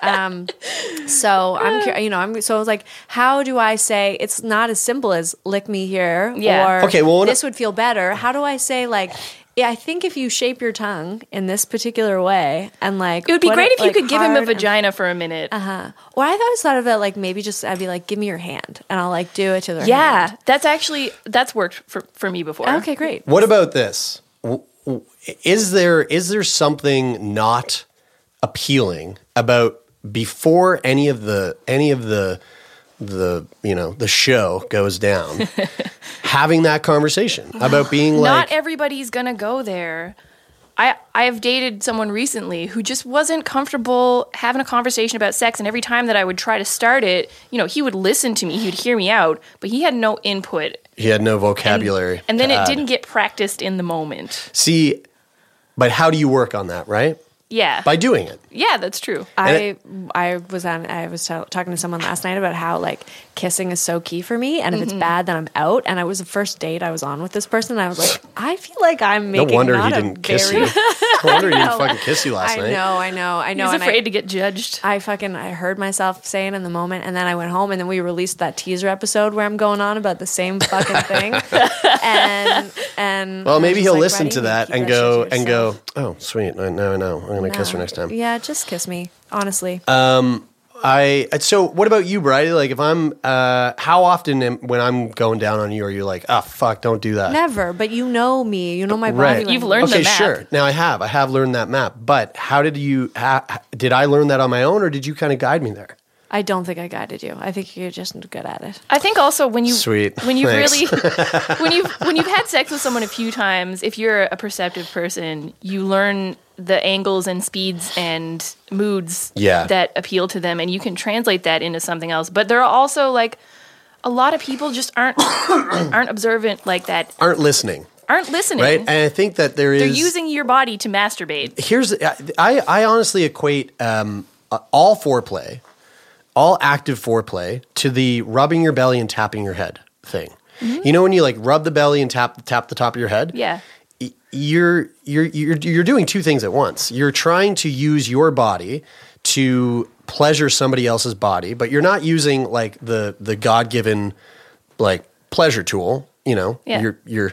um, so I'm, cur- you know, I'm. So I was like, how do I say it's not as simple as lick me here?
Yeah.
Or
Okay, well, when I-
this would feel better. How do I say like? Yeah, I think if you shape your tongue in this particular way and like
it would be
put
great if you
like,
could give him a
hard and-
vagina for a minute
uh-huh. Or I always thought of it like maybe just I'd be like, give me your hand, and I'll like do it to their
yeah
hand.
that's actually that's worked for, for me before
Okay, great.
What about this? W- w- Is there is there something not appealing about before any of the any of the the you know the show goes down having that conversation about being like
not everybody's gonna go there I, I've dated someone recently who just wasn't comfortable having a conversation about sex. And every time that I would try to start it, you know, he would listen to me, he would hear me out, but he had no input.
he had no vocabulary
And then
to
it
add.
didn't get practiced in the moment.
see but how do you work on that right
Yeah.
by doing it
yeah, that's true.
I I was on I was t- talking to someone last night about how like kissing is so key for me and if it's
Mm-hmm.
Mhm.
bad then I'm out and I was the first date I was on with this person and I was like I feel like I'm making
no wonder he
not a
didn't kiss
very-
you no wonder he
I
didn't
know.
fucking kiss you last
I
night
know, I know, I
He
know.
was
and I-
afraid to get judged.
I fucking I heard myself saying in the moment, and then I went home, and then we released that teaser episode where I'm going on about the same fucking thing. and and
well
I'm
maybe
just
he'll
like,
listen
"Why
to
do you
that and
keep shit
go
to
and
yourself?"
go oh sweet I- now i know i'm gonna kiss her
No.
next time
Yeah, just kiss me, honestly.
Um, I so what about you, Bridie? Like, if I'm, uh, how often am, when I'm going down on you, are you like, oh fuck, don't do that?
Never, but you know me, you know my body. language.
okay, sure. Now I have, I have learned that map. But how did you? Ha, did I learn that on my own, or did you kind of guide me there?
I don't think I guided you. I think you're just good at it.
I think also when you
Sweet.
when you
Thanks.
really when you have when you've had sex with someone a few times, if you're a perceptive person, you learn the angles and speeds and moods
Yeah.
that appeal to them, and you can translate that into something else. But there are also like a lot of people just aren't aren't observant like that,
aren't listening,
aren't listening.
right? And I think that there
They're
is-
using your body to masturbate.
here's I I honestly equate um, uh, all foreplay, all active foreplay to the rubbing your belly and tapping your head thing. You know when you like rub the belly and tap tap the top of your head?
Yeah.
y- you're you're you're you're doing two things at once. You're trying to use your body to pleasure somebody else's body, but you're not using like the the God given like pleasure tool. You know,
Yeah.
your your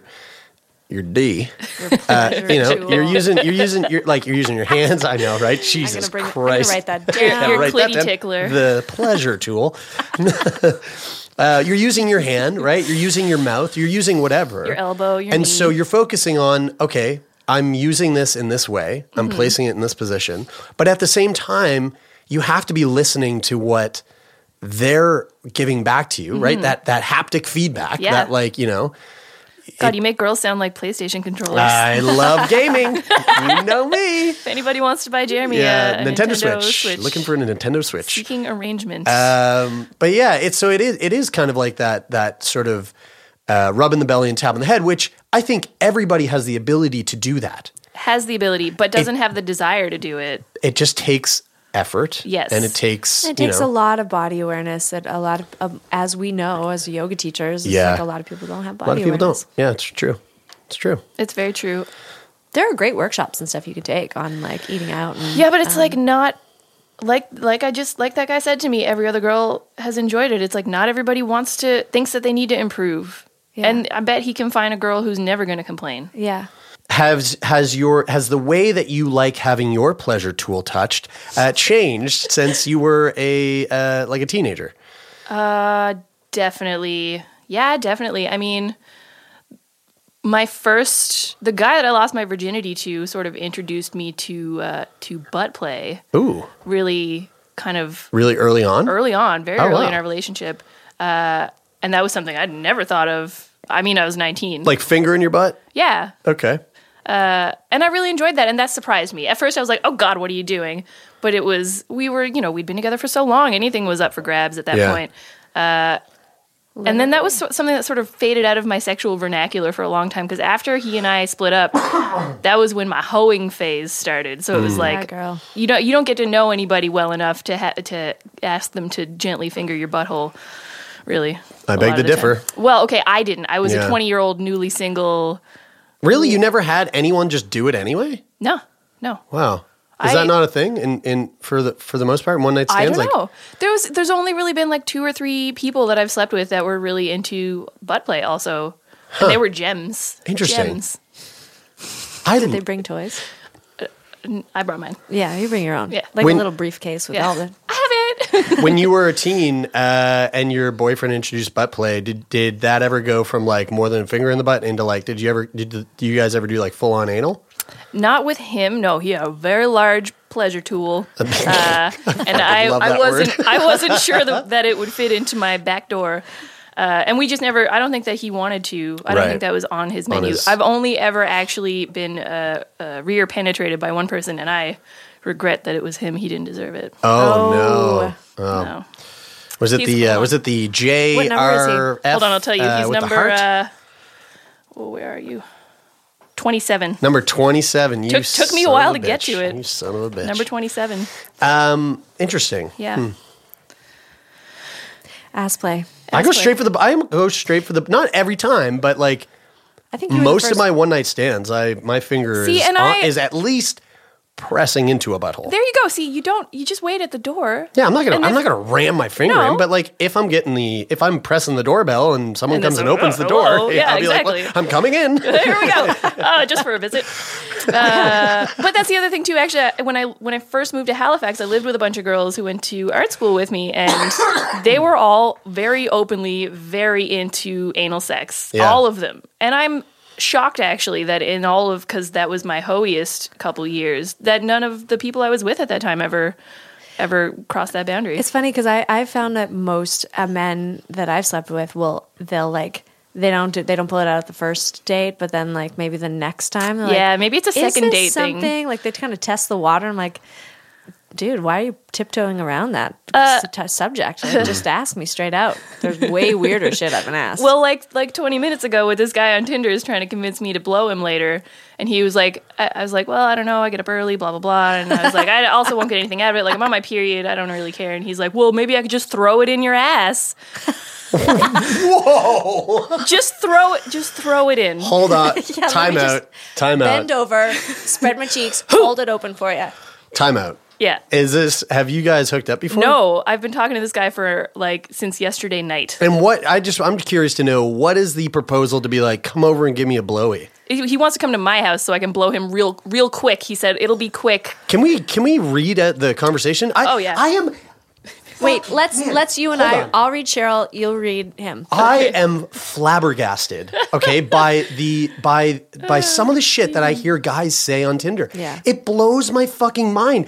your D. Uh,
pleasure
you know,
tool.
you're using you're using your like you're using your hands. I know, right? Jesus
bring- I'm gonna
Christ!
write that
Yeah,
down. Your
write that
clitty
down.
tickler.
The pleasure tool. Uh, you're using your hand, right? You're using your mouth. You're using whatever.
Your elbow, your
and
knee.
so you're focusing on okay. I'm using this in this way. I'm
Mhm.
placing it in this position. But at the same time, you have to be listening to what they're giving back to you, right?
Mhm.
That that haptic feedback.
Yeah.
That like you know.
God, you make girls sound like PlayStation controllers.
I love gaming. you know me.
If anybody wants to buy Jeremy,
yeah,
a
Nintendo, Switch.
uh, Switch.
Looking for a Nintendo Switch.
Seeking arrangements.
Um, but yeah, it's so it is it is kind of like that that sort of uh, rubbing the belly and tapping the head, which I think everybody has the ability to do that.
has the ability, but doesn't have the desire to do it.
It just takes effort.
Yes.
and it takes
It
you
takes
know,
a lot of body awareness that a lot of, um, as we know, as yoga teachers, it's
Yeah.
like a lot of people don't have
A
body
lot of people
awareness.
don't. Yeah, it's true. It's true.
It's very true.
There are great workshops and stuff you could take on like eating out. And,
Yeah, but it's
um,
like not like like I just like that guy said to me, every other girl has enjoyed it. It's like not everybody wants to thinks that they need to improve. And I bet he can find a girl who's never going to complain.
Yeah.
Has has your has the way that you like having your pleasure tool touched uh, changed since you were a uh, like a teenager?
Uh definitely. Yeah, definitely. I mean, my first the guy that I lost my virginity to sort of introduced me to uh to butt play.
Ooh,
Really kind of
really early on.
Early on, very
Oh,
early
wow.
in our relationship. Uh, and that was something I'd never thought of. I mean, I was 19.
like finger in your butt.
yeah.
Okay.
Uh, and I really enjoyed that. And that surprised me. At first, I was like, oh God, what are you doing? But it was, we were, you know, we'd been together for so long. Anything was up for grabs at that
Yeah.
point. Uh, and then that was so- something that sort of faded out of my sexual vernacular for a long time because after he and I split up, that was when my hoeing phase started. So it was
Mm.
like,
Yeah, girl.
you don't you don't get to know anybody well enough to ha- to ask them to gently finger your butthole. Really,
I
a
beg
lot
to
of the
differ.
time. Well, okay, I didn't. I was
Yeah.
a twenty year old newly single.
Really, you never had anyone just do it anyway?
No, no.
Wow. Is
I-
that not a thing in, in for the for the most part one night
I
stands
don't
like
know. There was there's only really been like two or three people that I've slept with that were really into butt play. Also,
Huh.
and they were gems.
Interesting.
Gems.
I
Did they bring toys?
N- I brought mine.
Yeah, you bring your own.
Yeah.
Like
When-
a little briefcase with
Yeah.
all the.
when you were a teen uh, and your boyfriend introduced butt play did did that ever go from like more than a finger in the butt into like did you ever did, the- do you guys ever do like full on anal?
Not with him. No, he had a very large pleasure tool, uh, and I,
love
I
that
wasn't
word.
I wasn't sure that, that it would fit into my back door. Uh, and we just never. I don't think that he wanted to. I don't
Right.
think that was on his
On
menu.
his-
I've only ever actually been uh, uh, rear penetrated by one person, and I regret that it was him. He didn't deserve it.
Oh, no. Oh.
No.
Was it
He's
the uh, was it the J
What number is he?
R F?
Hold on, I'll tell you.
uh,
He's
with the
number.
heart?
Uh, oh, where are you? Twenty-seven.
number 27. You
Took- took me a
son
while
of
to get
bitch.
to it.
You son of a bitch.
Number twenty-seven.
um interesting.
Yeah.
Hmm.
Ass play.
I go
Ass play.
straight for the. I go straight for the. Not every time, but like
I think you were the
most of
first-
my one night stands, I my finger
See,
is,
and
on-
I-
is at least pressing into a butthole.
There you go. See, you don't. You just wait at the door.
yeah, I'm not gonna.
And
I'm not
if-
gonna ram my finger in,
No.
but like if I'm getting the, if I'm pressing the doorbell and someone
And
comes
it's
and
like,
opens the
"Oh,
door,
hello." Yeah,
I'll be like,
exactly.
"Well, I'm coming in.
there we go. Uh, just for a visit. Uh, but that's the other thing too. Actually, I- when I when I first moved to Halifax, I lived with a bunch of girls who went to art school with me, and they were all very openly, very into anal sex.
Yeah.
All of them, and I'm shocked actually that in all of because that was my hoeiest couple years that none of the people I was with at that time ever ever crossed that boundary.
It's funny because I I found that most uh, men that I've slept with will they'll like they don't do, they don't pull it out at the first date, but then like maybe the next time. they're like,
Yeah, maybe it's a
"Is
second
this
date thing."
something? Like they kind of test the water. I'm like, dude, why are you tiptoeing around that
Uh,
s- t- subject? Like, just ask me straight out. There's way weirder shit I've been asked.
Well, like like 20 minutes ago, with this guy on Tinder is trying to convince me to blow him later, and he was like, I, I was like, well, I don't know, I get up early, blah blah blah, and I was like, I also won't get anything out of it. Like I'm on my period, I don't really care. And he's like, well, maybe I could just throw it in your ass.
Whoa!
Just throw it. Just throw it in.
Hold on.
let
time
me just
out. Time out.
Bend over, spread my cheeks, hold it open for you.
Time out.
Yeah.
Is this? Have you guys hooked up before?
No, I've been talking to this guy for like since yesterday night.
And what? I just. I'm curious to know what is the proposal to be like? Come over and give me a blowy.
He he wants to come to my house so I can blow him real real quick. He said it'll be quick.
Can we? Can we read at the conversation? I,
Oh, yeah.
I am. oh,
Wait, let's let's you and
Hold
I.
on.
I'll read Cheryl. You'll read him.
I am flabbergasted, okay, by the by by some of the shit that I hear guys say on Tinder.
Yeah.
It blows my fucking mind.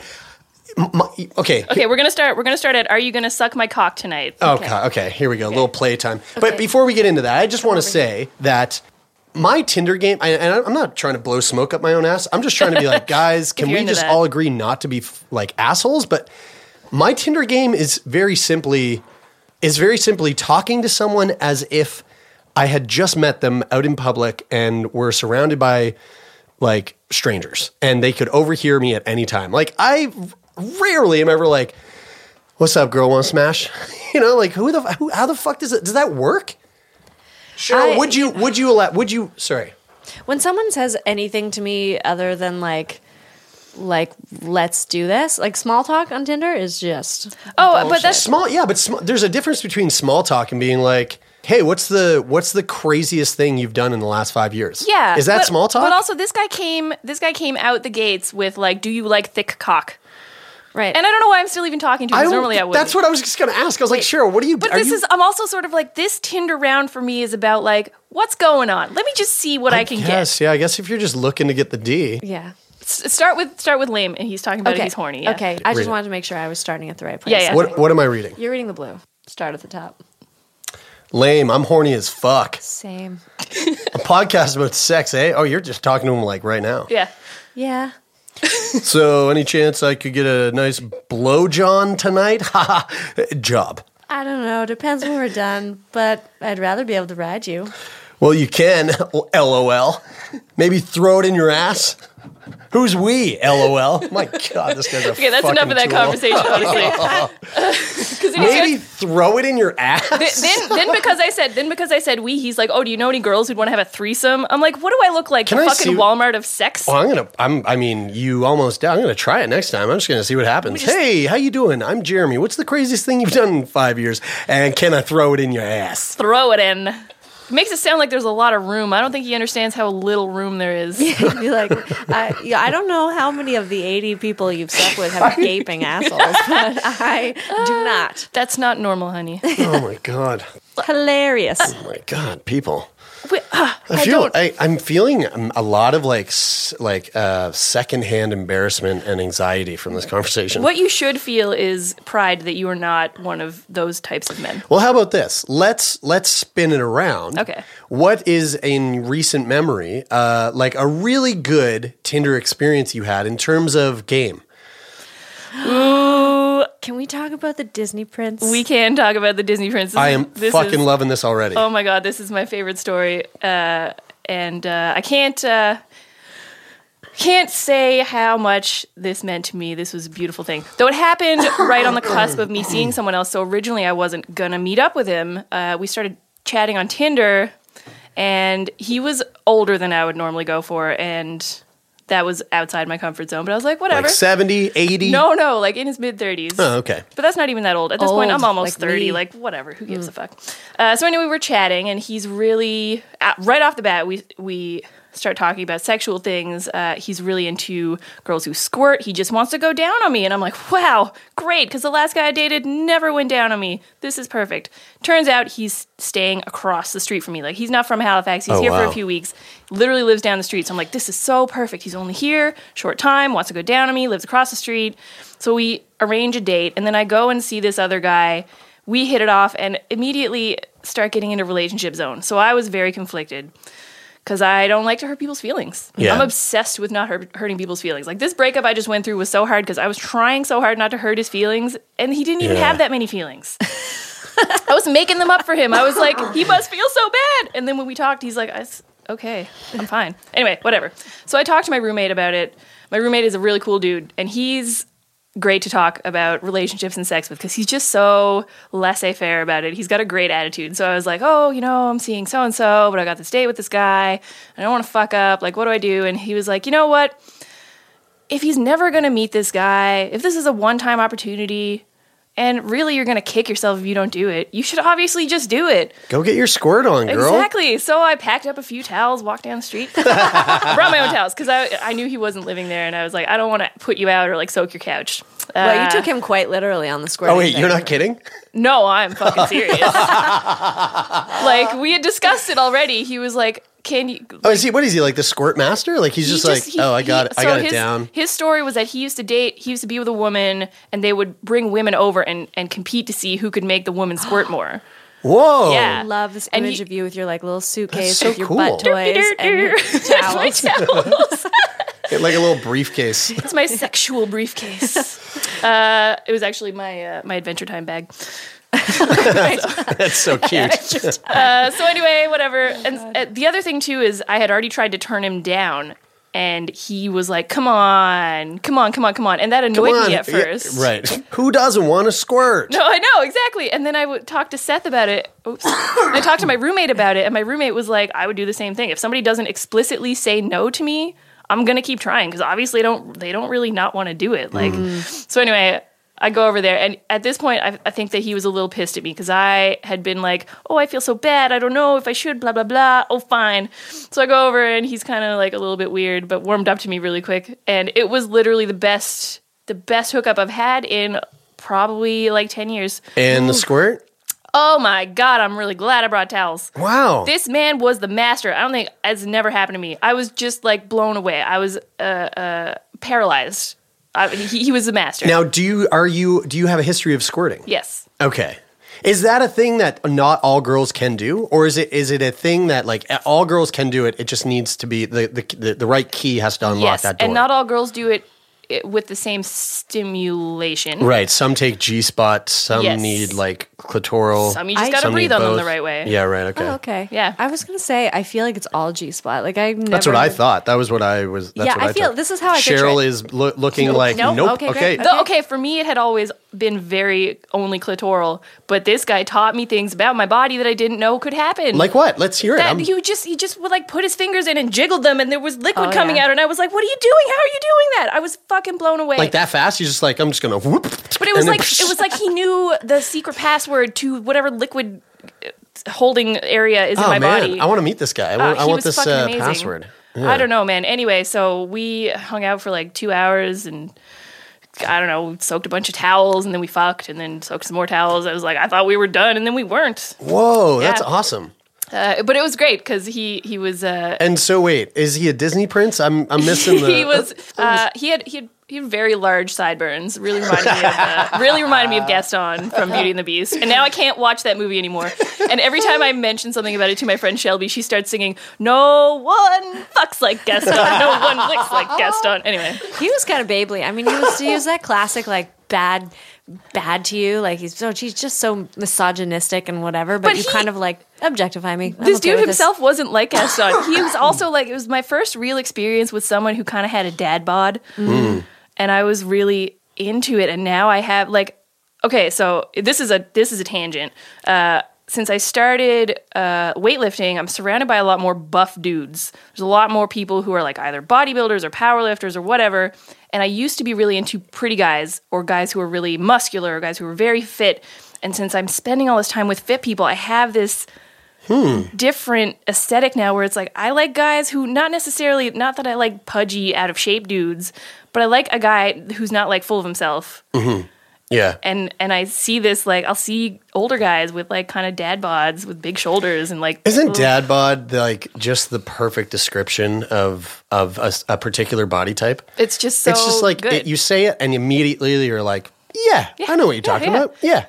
M- my- okay.
Okay, we're gonna start. We're gonna start at Are you gonna suck my cock tonight?
Okay. Okay. Here we go. A little playtime. But before we get into that, I just want to say that my Tinder game, I, and I'm not trying to blow smoke up my own ass. I'm just trying to be like, guys, can
you're
we
into
just
that.
all agree not to be f- like assholes? But my Tinder game is very simply is very simply talking to someone as if I had just met them out in public and were surrounded by like strangers and they could overhear me at any time. Like I rarely am ever like, "What's up, girl? Want to smash?" You know, like who the f- who, how the fuck does it does that work? Cheryl,
I-
would you would you allow would you sorry
When someone says anything to me other than like, like let's do this, like small talk on Tinder is just
Oh, but that's
small? Yeah, but sm- there's a difference between small talk and being like. Hey, what's the what's the craziest thing you've done in the last five years?
Yeah.
is that
but-
small talk?
But also this guy came this guy came out the gates with like, Do you like thick cock?
right.
And I don't know why I'm still even talking to him
I
because
don't-
normally I would
That's what I was just going to ask. I was like, Cheryl, what do you?
But
are
this
you-
is I'm also sort of like this Tinder round for me is about like, what's going on? Let me just see what I, can get.
Yes, yeah. I guess if you're just looking to get the D,
yeah.
S- start with start with lame and he's talking about it,
Okay.
he's horny. yeah.
Okay. I
Read
just
it.
wanted to make sure I was starting at the right place.
Yeah, yeah.
what what am I reading?
You're reading the blue. Start at the top.
Lame. I'm horny as fuck.
Same.
A podcast about sex, eh? Oh, you're just talking to him like right now.
Yeah.
Yeah.
So, any chance I could get a nice blow John tonight? Ha ha. Job.
I don't know. Depends when we're done, but I'd rather be able to ride you.
Well, you can. LOL. Maybe throw it in your ass. Who's we? LOL. My God, this guy's a
Okay, that's enough of that conversation, honestly. Because
Maybe throw it in your ass.
then, then because I said, then because I said we, he's like, oh, do you know any girls who'd want to have a threesome? I'm like, what do I look like?
Can
the
I
fucking
see- Oh,
Walmart of sex?
Well, I'm gonna. I'm. I mean, you almost. I'm gonna try it next time. I'm just gonna see what happens. hey, how you doing? I'm Jeremy. What's the craziest thing you've done in five years? And can I throw it in your ass?
throw it in. It makes it sound like there's a lot of room. I don't think he understands how little room there is.
You'd be like, I, yeah, I don't know how many of the 80 people you've slept with have gaping assholes, but I do not.
That's not normal, honey.
oh my god.
Hilarious.
Oh my god, people.
Wait, ah,
I feel. I, I'm feeling um, a lot of like s- like uh, secondhand embarrassment and anxiety from this conversation.
what you should feel is pride that you are not one of those types of men.
Well, how about this? Let's let's spin it around.
Okay.
What is in recent memory, uh, like a really good Tinder experience you had in terms of game?
Ooh,
Can we talk about the Disney prince?
we can talk about the Disney princess.
I am
This
fucking
is-
loving this already.
Oh my god, this is my favorite story, uh, and uh, I can't uh, can't say how much this meant to me. This was a beautiful thing, though it happened right on the cusp of me seeing someone else. So originally, I wasn't gonna meet up with him. Uh, we started chatting on Tinder, and he was older than I would normally go for, and that was outside my comfort zone. But I was like, whatever.
Like 70, 80?
no, no, like in his mid thirties.
Oh, okay.
But that's not even that old. At this point,
Old,
I'm almost
like
30.
me. Mm.
Like, whatever. Who gives a fuck? Uh, so, anyway, we're chatting, and he's really, uh, right off the bat, we, we start talking about sexual things. Uh, he's really into girls who squirt. He just wants to go down on me. And I'm like, wow, great. Because the last guy I dated never went down on me. This is perfect. Turns out he's staying across the street from me. Like, he's not from Halifax. He's
Oh,
here for
wow.
a few weeks. Literally lives down the street. So I'm like, this is so perfect. He's only here, short time, wants to go down on me, lives across the street. So we arrange a date, and then I go and see this other guy we hit it off and immediately start getting into relationship zone. So I was very conflicted because I don't like to hurt people's feelings.
Yeah.
I'm obsessed with not hurt, hurting people's feelings. Like this breakup I just went through was so hard because I was trying so hard not to hurt his feelings, and he didn't even
Yeah.
have that many feelings. I was making them up for him. I was like, he must feel so bad. And then when we talked, he's like, I s okay, I'm fine. Anyway, whatever. So I talked to my roommate about it. My roommate is a really cool dude, and he's great to talk about relationships and sex with because he's just so laissez faire about it. He's got a great attitude. So I was like, oh, you know, I'm seeing so and so, but I got this date with this guy. I don't want to fuck up. Like, what do I do? And he was like, you know what? If he's never going to meet this guy, if this is a one time opportunity, and really you're going to kick yourself if you don't do it, you should obviously just do it.
Go get your squirt on, girl.
Exactly. So I packed up a few towels, walked down the street. I brought my own towels because I, I knew he wasn't living there, and I was like, I don't want to put you out or like soak your couch.
well, you
Uh,
took him quite literally on the square.
Oh wait, you're not kidding?
No, I'm fucking serious. like we had discussed it already. He was like, "Can you?"
Oh, is he? What is he like? The squirt master? Like he's
He
just, like,
he-
oh, I got,
he-
it. I got
his,
it down.
His story was that he used to date, he used to be with a woman, and they would bring women over and, and compete to see who could make the woman squirt more.
Whoa!
Yeah.
love this
And
image of you with your like little suitcase
so
with your
cool.
butt toys and your towels.
Get, like a little briefcase.
It's my sexual briefcase. uh, it was actually my uh, my Adventure Time bag.
That's so cute.
uh, so anyway, whatever. and uh, the other thing too is I had already tried to turn him down, and he was like, "Come on, come on, come on, come on," and that
Come
annoyed
on.
me at
Yeah,
first.
right? Who doesn't want to squirt?
No, I know exactly. And then I would talk to Seth about it. Oops. And I talked to my roommate about it, and my roommate was like, "I would do the same thing if somebody doesn't explicitly say no to me. I'm gonna keep trying because obviously they don't they don't really not want to do it. Like, so anyway." I go over there, and at this point, I, I think that he was a little pissed at me because I had been like, "Oh, I feel so bad. I don't know if I should." Blah blah blah. Oh, fine. So I go over, and he's kind of like a little bit weird, but warmed up to me really quick, and it was literally the best, the best hookup I've had in probably like 10 years.
And the squirt?
Oh my God, I'm really glad I brought towels.
Wow.
This man was the master. I don't think it's never happened to me. I was just like blown away. I was uh, uh, paralyzed. I, he, he was the master.
Now, do you are you do you have a history of squirting?
yes.
Okay. Is that a thing that not all girls can do, or is it is it a thing that like all girls can do it? It just needs to be the the, the, the right key has to unlock
Yes.
that door.
And not all girls do it, it with the same stimulation.
right. Some take G spot. Some
Yes.
need like clitoral.
Some you just gotta breathe
need
on them the
both.
right way.
Yeah. Right. Okay.
Oh, okay. Yeah. I was gonna say I feel like it's all G spot. Like I. Never,
That's what I thought. That was what I was. That's
Yeah,
what
I
I,
feel-
thought.
this is how I picture
Cheryl
it.
is lo- looking like nope. Okay.
great. Though, okay, for me, it had always been very only clitoral, but this guy taught me things about my body that I didn't know could happen.
Like what? Let's hear it.
That
I'm-
he would just he just would like put his fingers in and jiggled them, and there was liquid
Oh,
coming
yeah.
out, and I was like, "What are you doing? How are you doing that?" I was fucking blown away.
Like that fast? You're just like I'm just gonna whoop.
But it was like it was like he knew the secret password to whatever liquid uh, holding area is in
oh
my
man,
body.
I want to meet this guy. I want,
Uh,
I
he
want
was
this
fucking
uh,
amazing.
password.
I don't know, man. Anyway, so we hung out for like two hours and I don't know, soaked a bunch of towels and then we fucked and then soaked some more towels. I was like, I thought we were done and then we weren't.
Whoa, that's
Yeah.
awesome.
Uh, but it was great because he he was uh,
And so wait, is he a Disney prince? I'm I'm missing the
he was uh, he had he had he had very large sideburns. Really reminded me of uh, really reminded me of Gaston from Beauty and the Beast. And now I can't watch that movie anymore. And every time I mention something about it to my friend Shelby, she starts singing, "No one fucks like Gaston. No one licks like Gaston." Anyway,
He was kind of baby. I mean, he was he was that classic like bad, bad to you. Like he's so he's just so misogynistic and whatever. But,
But
you
he-
kind of like objectify me. I'm
this
okay
dude
with this.
himself wasn't like Gaston. He was also like it was my first real experience with someone who kind of had a dad bod.
Mm.
and I was really into it. And now I have like, okay, so this is a this is a tangent. Uh, since I started uh, weightlifting, I'm surrounded by a lot more buff dudes. There's a lot more people who are like either bodybuilders or powerlifters or whatever. And I used to be really into pretty guys or guys who are really muscular or guys who are very fit. And since I'm spending all this time with fit people, I have this
Hmm.
different aesthetic now where it's like I like guys who not necessarily not that I like pudgy out of shape dudes, but I like a guy who's not like full of himself.
Mm-hmm. Yeah.
And and I see this like I'll see older guys with like kind of dad bods with big shoulders and like
Isn't
ugh.
dad bod like just the perfect description of of a, s- a particular body type?
It's just so
it's just like
good.
It, you say it and immediately you're like, yeah, I know what you're
yeah,
talking
yeah.
about. Yeah.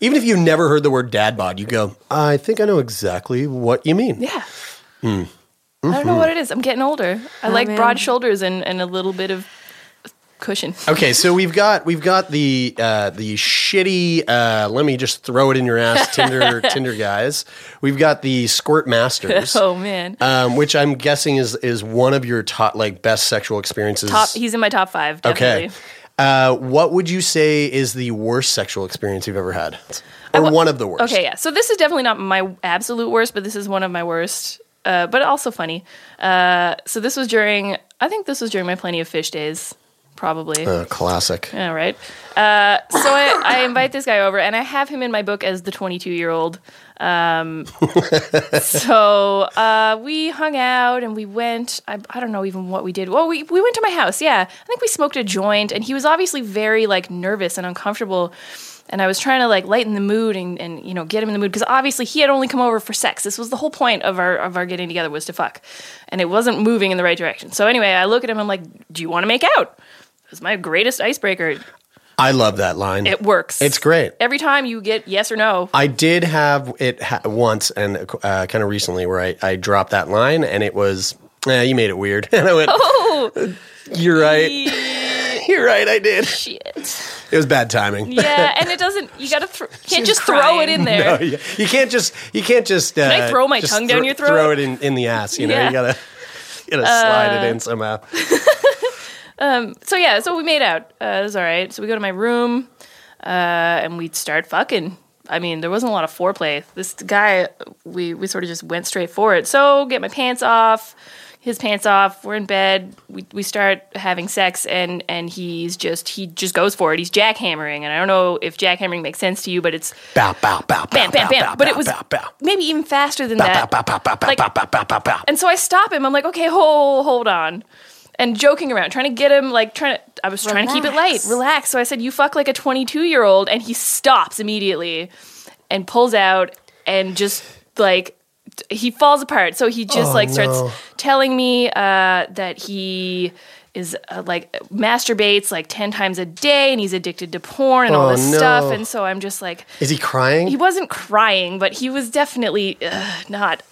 Even if you've never heard the word dad bod, you go, I think I know exactly what you mean.
Yeah.
Hmm.
I don't know
Mhm.
what it is. I'm getting older.
Oh,
I like
man.
broad shoulders and, and a little bit of cushion.
Okay, so we've got we've got the uh, the shitty. Uh, let me just throw it in your ass, Tinder Tinder guys. We've got the squirt masters.
oh man.
Um, which I'm guessing is is one of your top like best sexual experiences.
Top he's in my top five, definitely.
okay. Uh, what would you say is the worst sexual experience you've ever had, or one of the worst?
Uh, Okay, yeah. So this is definitely not my absolute worst, but this is one of my worst, uh, but also funny. Uh, so this was during, I think this was during my Plenty of Fish days, probably.
Uh, classic.
Yeah, right. Uh, so I, I invite this guy over, and I have him in my book as the 22 year old. Um, so uh, we hung out and we went. I, I don't know even what we did. Well, we, we went to my house. Yeah. I think we smoked a joint, and he was obviously very like nervous and uncomfortable. And I was trying to like lighten the mood and, and you know get him in the mood because obviously he had only come over for sex. This was the whole point of our of our getting together was to fuck, and it wasn't moving in the right direction. So anyway, I look at him. I'm like, "Do you want to make out?" It was my greatest icebreaker.
I love that line.
It works.
It's great.
Every time you get yes or no,
I did have it ha- once and uh, kind of recently where I, I dropped that line and it was, eh, you made it weird. And I went,
oh,
you're right. You're right, I did.
Shit.
It was bad timing.
Yeah, and it doesn't. You gotta thro- can't
was
just throw it in
No,
there.
you, you can't just, you can't just, uh,
Can I throw my
just
tongue down your throat?
Throw it in, in the ass, you know,
Yeah.
you gotta, you gotta slide
Uh,
it in somehow.
Um, so yeah, so we made out. Uh, it was all right. So we go to my room, uh, and we start fucking. I mean, there wasn't a lot of foreplay. This guy, we we sort of just went straight for it. So get my pants off, his pants off. We're in bed. We we start having sex, and and he's just he just goes for it. He's jackhammering, and I don't know if jackhammering makes sense to you, but it's
Bow, bow, bow,
bam, bam, bam. but it was maybe even faster than that. Like- And so I stop him. I'm like, okay, hold, hold on. And joking around, trying to get him, like, trying to, I was trying to keep it light, relax. So I said, you fuck like a 22 year old. And he stops immediately and pulls out and just, like, t- he falls apart. So he just,
Oh,
like, starts
no.
telling me uh, that he is, uh, like, masturbates, like, 10 times a day and he's addicted to porn and all
Oh,
this stuff.
no.
And so I'm just like,
Is he crying?
he wasn't crying, but he was definitely uh, not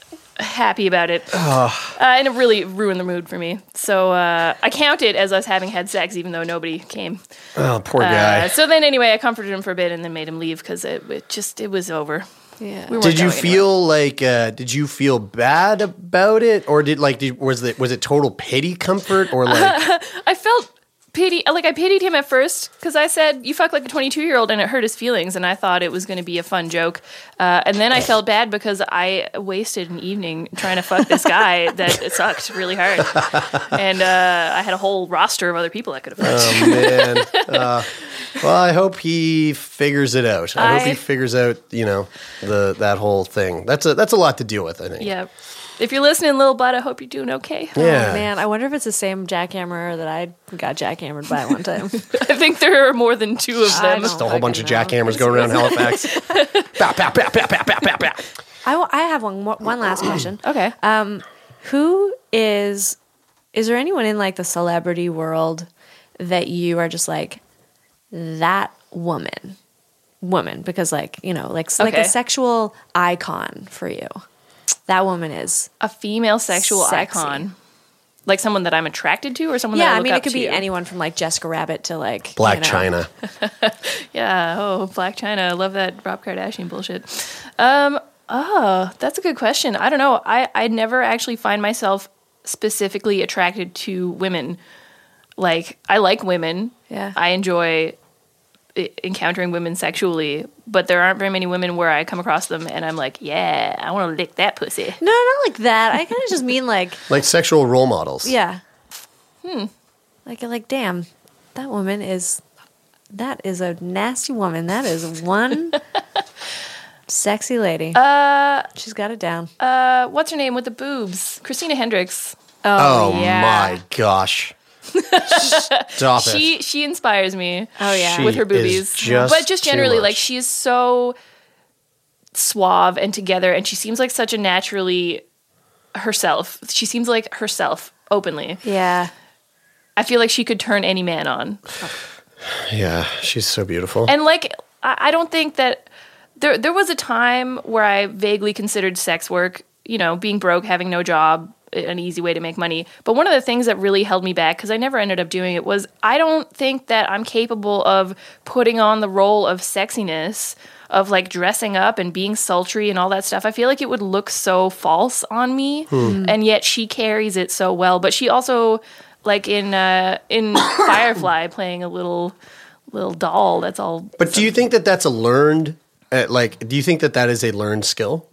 happy about it.
Oh.
Uh, and it really ruined the mood for me. So uh, I count it as us having had sex, even though nobody came.
Oh, poor
Uh,
guy.
so then, anyway, I comforted him for a bit and then made him leave because it, it just it was over. Yeah.
did you feel like uh, did you feel bad about it or did like did, was it was it total pity comfort or like
I felt pity. Like I pitied him at first because I said, "You fuck like a 22 year old," and it hurt his feelings. And I thought it was going to be a fun joke. Uh, and then I felt bad because I wasted an evening trying to fuck this guy that it sucked really hard. And uh, I had a whole roster of other people I could have fucked.
oh man uh, well i hope he figures it out i, hope
I-
he figures out you know the that whole thing that's a that's a lot to deal with i think
yeah. Oh, If you're listening, little bud, I hope you're doing okay.
Yeah.
Man, I wonder if it's the same jackhammer that I got jackhammered by one time.
I think there are more than two of them.
just a whole bunch of jackhammers going around halifax Pow, pow, pow, pow, pow, pow, pow, pow.
I, w- I have one more- one last question.
okay.
Um, who is is there anyone in like the celebrity world that you are just like that woman, woman? Because like you know, like like a
Okay.
sexual icon for you. That woman is
a female sexual
Sexy.
icon. Like someone that I'm attracted to, or someone
yeah,
that I,
I
look
mean, it
up
could be
to?
anyone from like Jessica Rabbit to like
black
you know.
china
Yeah. Oh, Black China. I love that Rob Kardashian bullshit. Um. Oh, that's a good question. I don't know. I I never actually find myself specifically attracted to women. Like I like women.
Yeah.
I enjoy e- encountering women sexually, but there aren't very many women where I come across them and I'm like, yeah, I want to lick that pussy.
No, not like that. I kind of just mean like
like sexual role models
yeah. Hmm. Like like damn, that woman is that is a nasty woman. That is one sexy lady.
Uh,
she's got it down.
Uh, what's her name with the boobs? Christina Hendricks.
oh, my gosh stop it
she she inspires me.
Oh, yeah.
with
She
her
is
boobies.
just
but just
too
generally, like
much.
she is so suave and together, and she seems like such a naturally herself. She seems like herself openly.
Yeah,
I feel like she could turn any man on,
yeah she's so beautiful
and like I, I don't think that. there there was a time where I vaguely considered sex work, you know, being broke, having no job, an easy way to make money. But one of the things that really held me back cuz I never ended up doing it was I don't think that I'm capable of putting on the role of sexiness of like dressing up and being sultry and all that stuff. I feel like it would look so false on me
Hmm.
and yet she carries it so well. But she also like in uh in Firefly playing a little little doll that's all
But do you think that that's a learned, uh, like, do you think that that is a learned skill?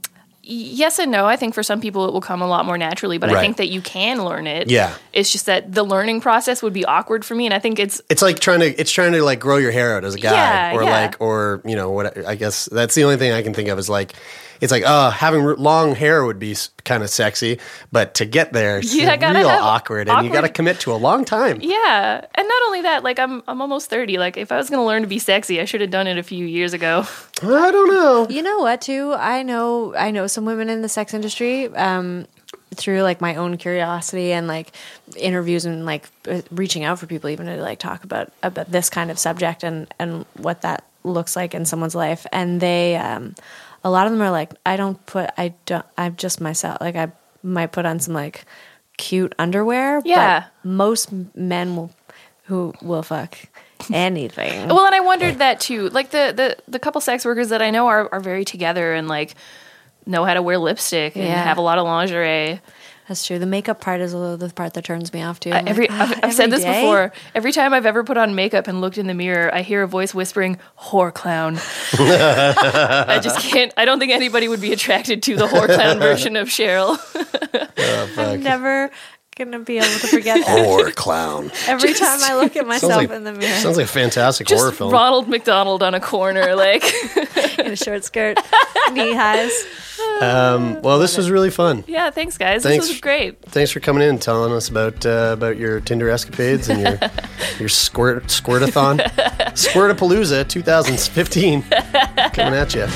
yes and no. I think for some people it will come a lot more naturally, but I
Right.
think that you can learn it.
Yeah.
It's just that the learning process would be awkward for me. And I think it's,
It's like trying to, it's trying to like grow your hair out as a guy,
Yeah,
or
yeah.
like, or you know what? I guess that's the only thing I can think of is like, it's like, uh, having r- long hair would be kind of sexy, but to get there, it's
Yeah, gotta
real
have
awkward, and you got to
awkward-
commit to a long time.
yeah. And not only that, like I'm, I'm almost 30. Like if I was going to learn to be sexy, I should have done it a few years ago.
I don't know.
You know what? Too, I know. I know some women in the sex industry um, through like my own curiosity and like interviews and like uh, reaching out for people even to like talk about about this kind of subject and and what that looks like in someone's life. And they, um, a lot of them are like, I don't put, I don't, I'm just myself. Like I might put on some like cute underwear.
Yeah.
But most men will, who will fuck anything.
Well, and I wondered that too. Like the, the, the couple sex workers that I know are, are very together and like know how to wear lipstick and
Yeah.
have a lot of lingerie.
That's true. The makeup part is a- the part that turns me off too.
I-
I'm like,
every,
"Ah,
I've, I've said
every
this
day?"
before. Every time I've ever put on makeup and looked in the mirror, I hear a voice whispering, "Whore clown." I just can't. I don't think anybody would be attracted to the whore clown version of Cheryl.
I'm never gonna be able to forget that.
Horror clown.
Every
Just-
time I look at
Sounds
myself
like-
in the mirror,
Sounds like a fantastic
Just
horror film.
Ronald McDonald on a corner, like
in a short skirt, knee highs.
Um, well, this was really fun.
Yeah, thanks guys.
Thanks.
This was great.
Thanks for coming in and telling us about uh, about your Tinder escapades and your your squirt squirtathon, Squirtapalooza 2015 coming at you.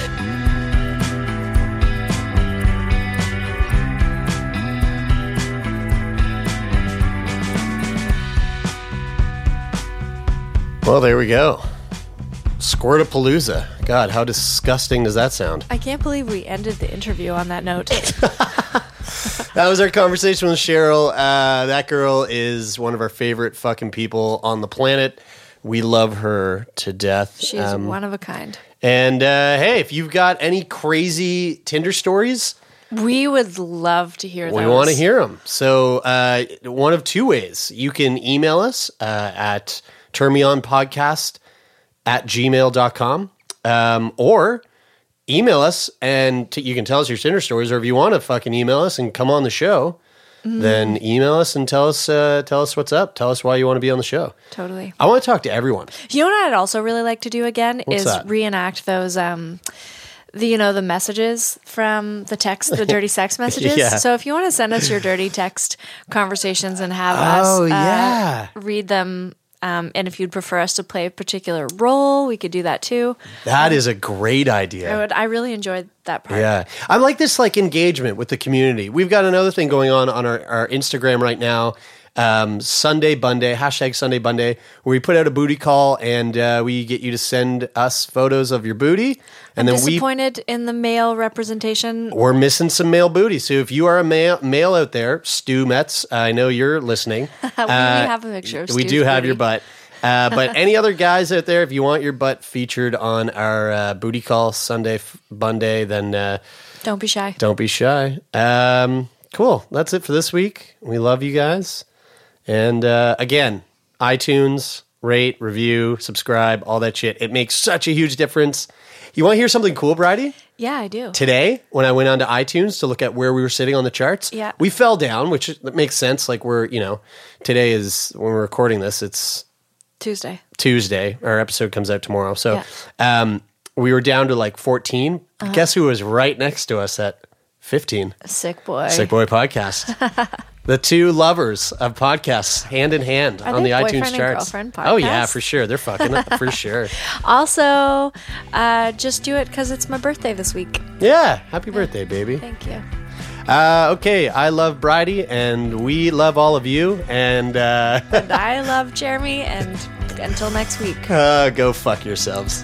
Well, there we go. Squirtapalooza. God, how disgusting does that sound?
I can't believe we ended the interview on that note.
That was our conversation with Cheryl. Uh, that girl is one of our favorite fucking people on the planet. We love her to death.
She's
Um,
one of a kind.
And uh, hey, if you've got any crazy Tinder stories,
We would love to hear.
we
those.
want to hear them. So, uh, one of two ways you can email us uh, at turnmeonpodcast at gmail.com um, or email us and t- you can tell us your Tinder stories. Or if you want to fucking email us and come on the show,
Mm-hmm.
then email us and tell us uh, tell us what's up. Tell us why you want to be on the show.
Totally.
I want to talk to everyone.
You know what I'd also really like to do again
What's
is
that?
reenact those um the you know the messages from the text, the dirty sex messages.
Yeah.
So if you want to send us your dirty text conversations and have us
Oh,
uh,
yeah.
read them um, and if you'd prefer us to play a particular role, we could do that too.
That is a great idea.
I would I really enjoyed that part.
Yeah. I like this like engagement with the community. We've got another thing going on on our, our Instagram right now. Um, Sunday Bunday, hashtag Sunday Bunday, where we put out a booty call and uh, we get you to send us photos of your booty. And
I'm
then we,
disappointed in the male representation.
we're missing some male booty. So if you are a male, male out there, Stu Metz, I know you're listening.
we
Uh,
have a picture of
we
Stu's
do have
booty.
your butt. Uh, but any other guys out there, if you want your butt featured on our uh, booty call Sunday, f- Bunday, then. Uh,
Don't be shy.
don't be shy. Um, cool. That's it for this week. We love you guys. And uh, again, iTunes, rate, review, subscribe, all that shit. It makes such a huge difference. You want to hear something cool, Bridie?
Yeah, I do.
Today, when I went onto iTunes to look at where we were sitting on the charts,
Yeah.
we fell down, which is- that makes sense. Like we're, you know, today is when we're recording this, it's
Tuesday.
Tuesday. Our episode comes out tomorrow. So um, we were down to like 14. Guess who was right next to us at 15?
Sick boy.
Sick Boy Podcast. the two lovers of podcasts, hand in hand
Are
on the
they
iTunes
boyfriend and
charts.
girlfriend
oh yeah,
podcasts?
for sure. They're fucking up for sure.
Also, uh, just do it because it's my birthday this week.
Yeah, happy birthday, baby.
Thank you.
Uh, okay, I love Bridie, and we love all of you. And uh,
And I love Jeremy, and until next week.
uh, go fuck yourselves.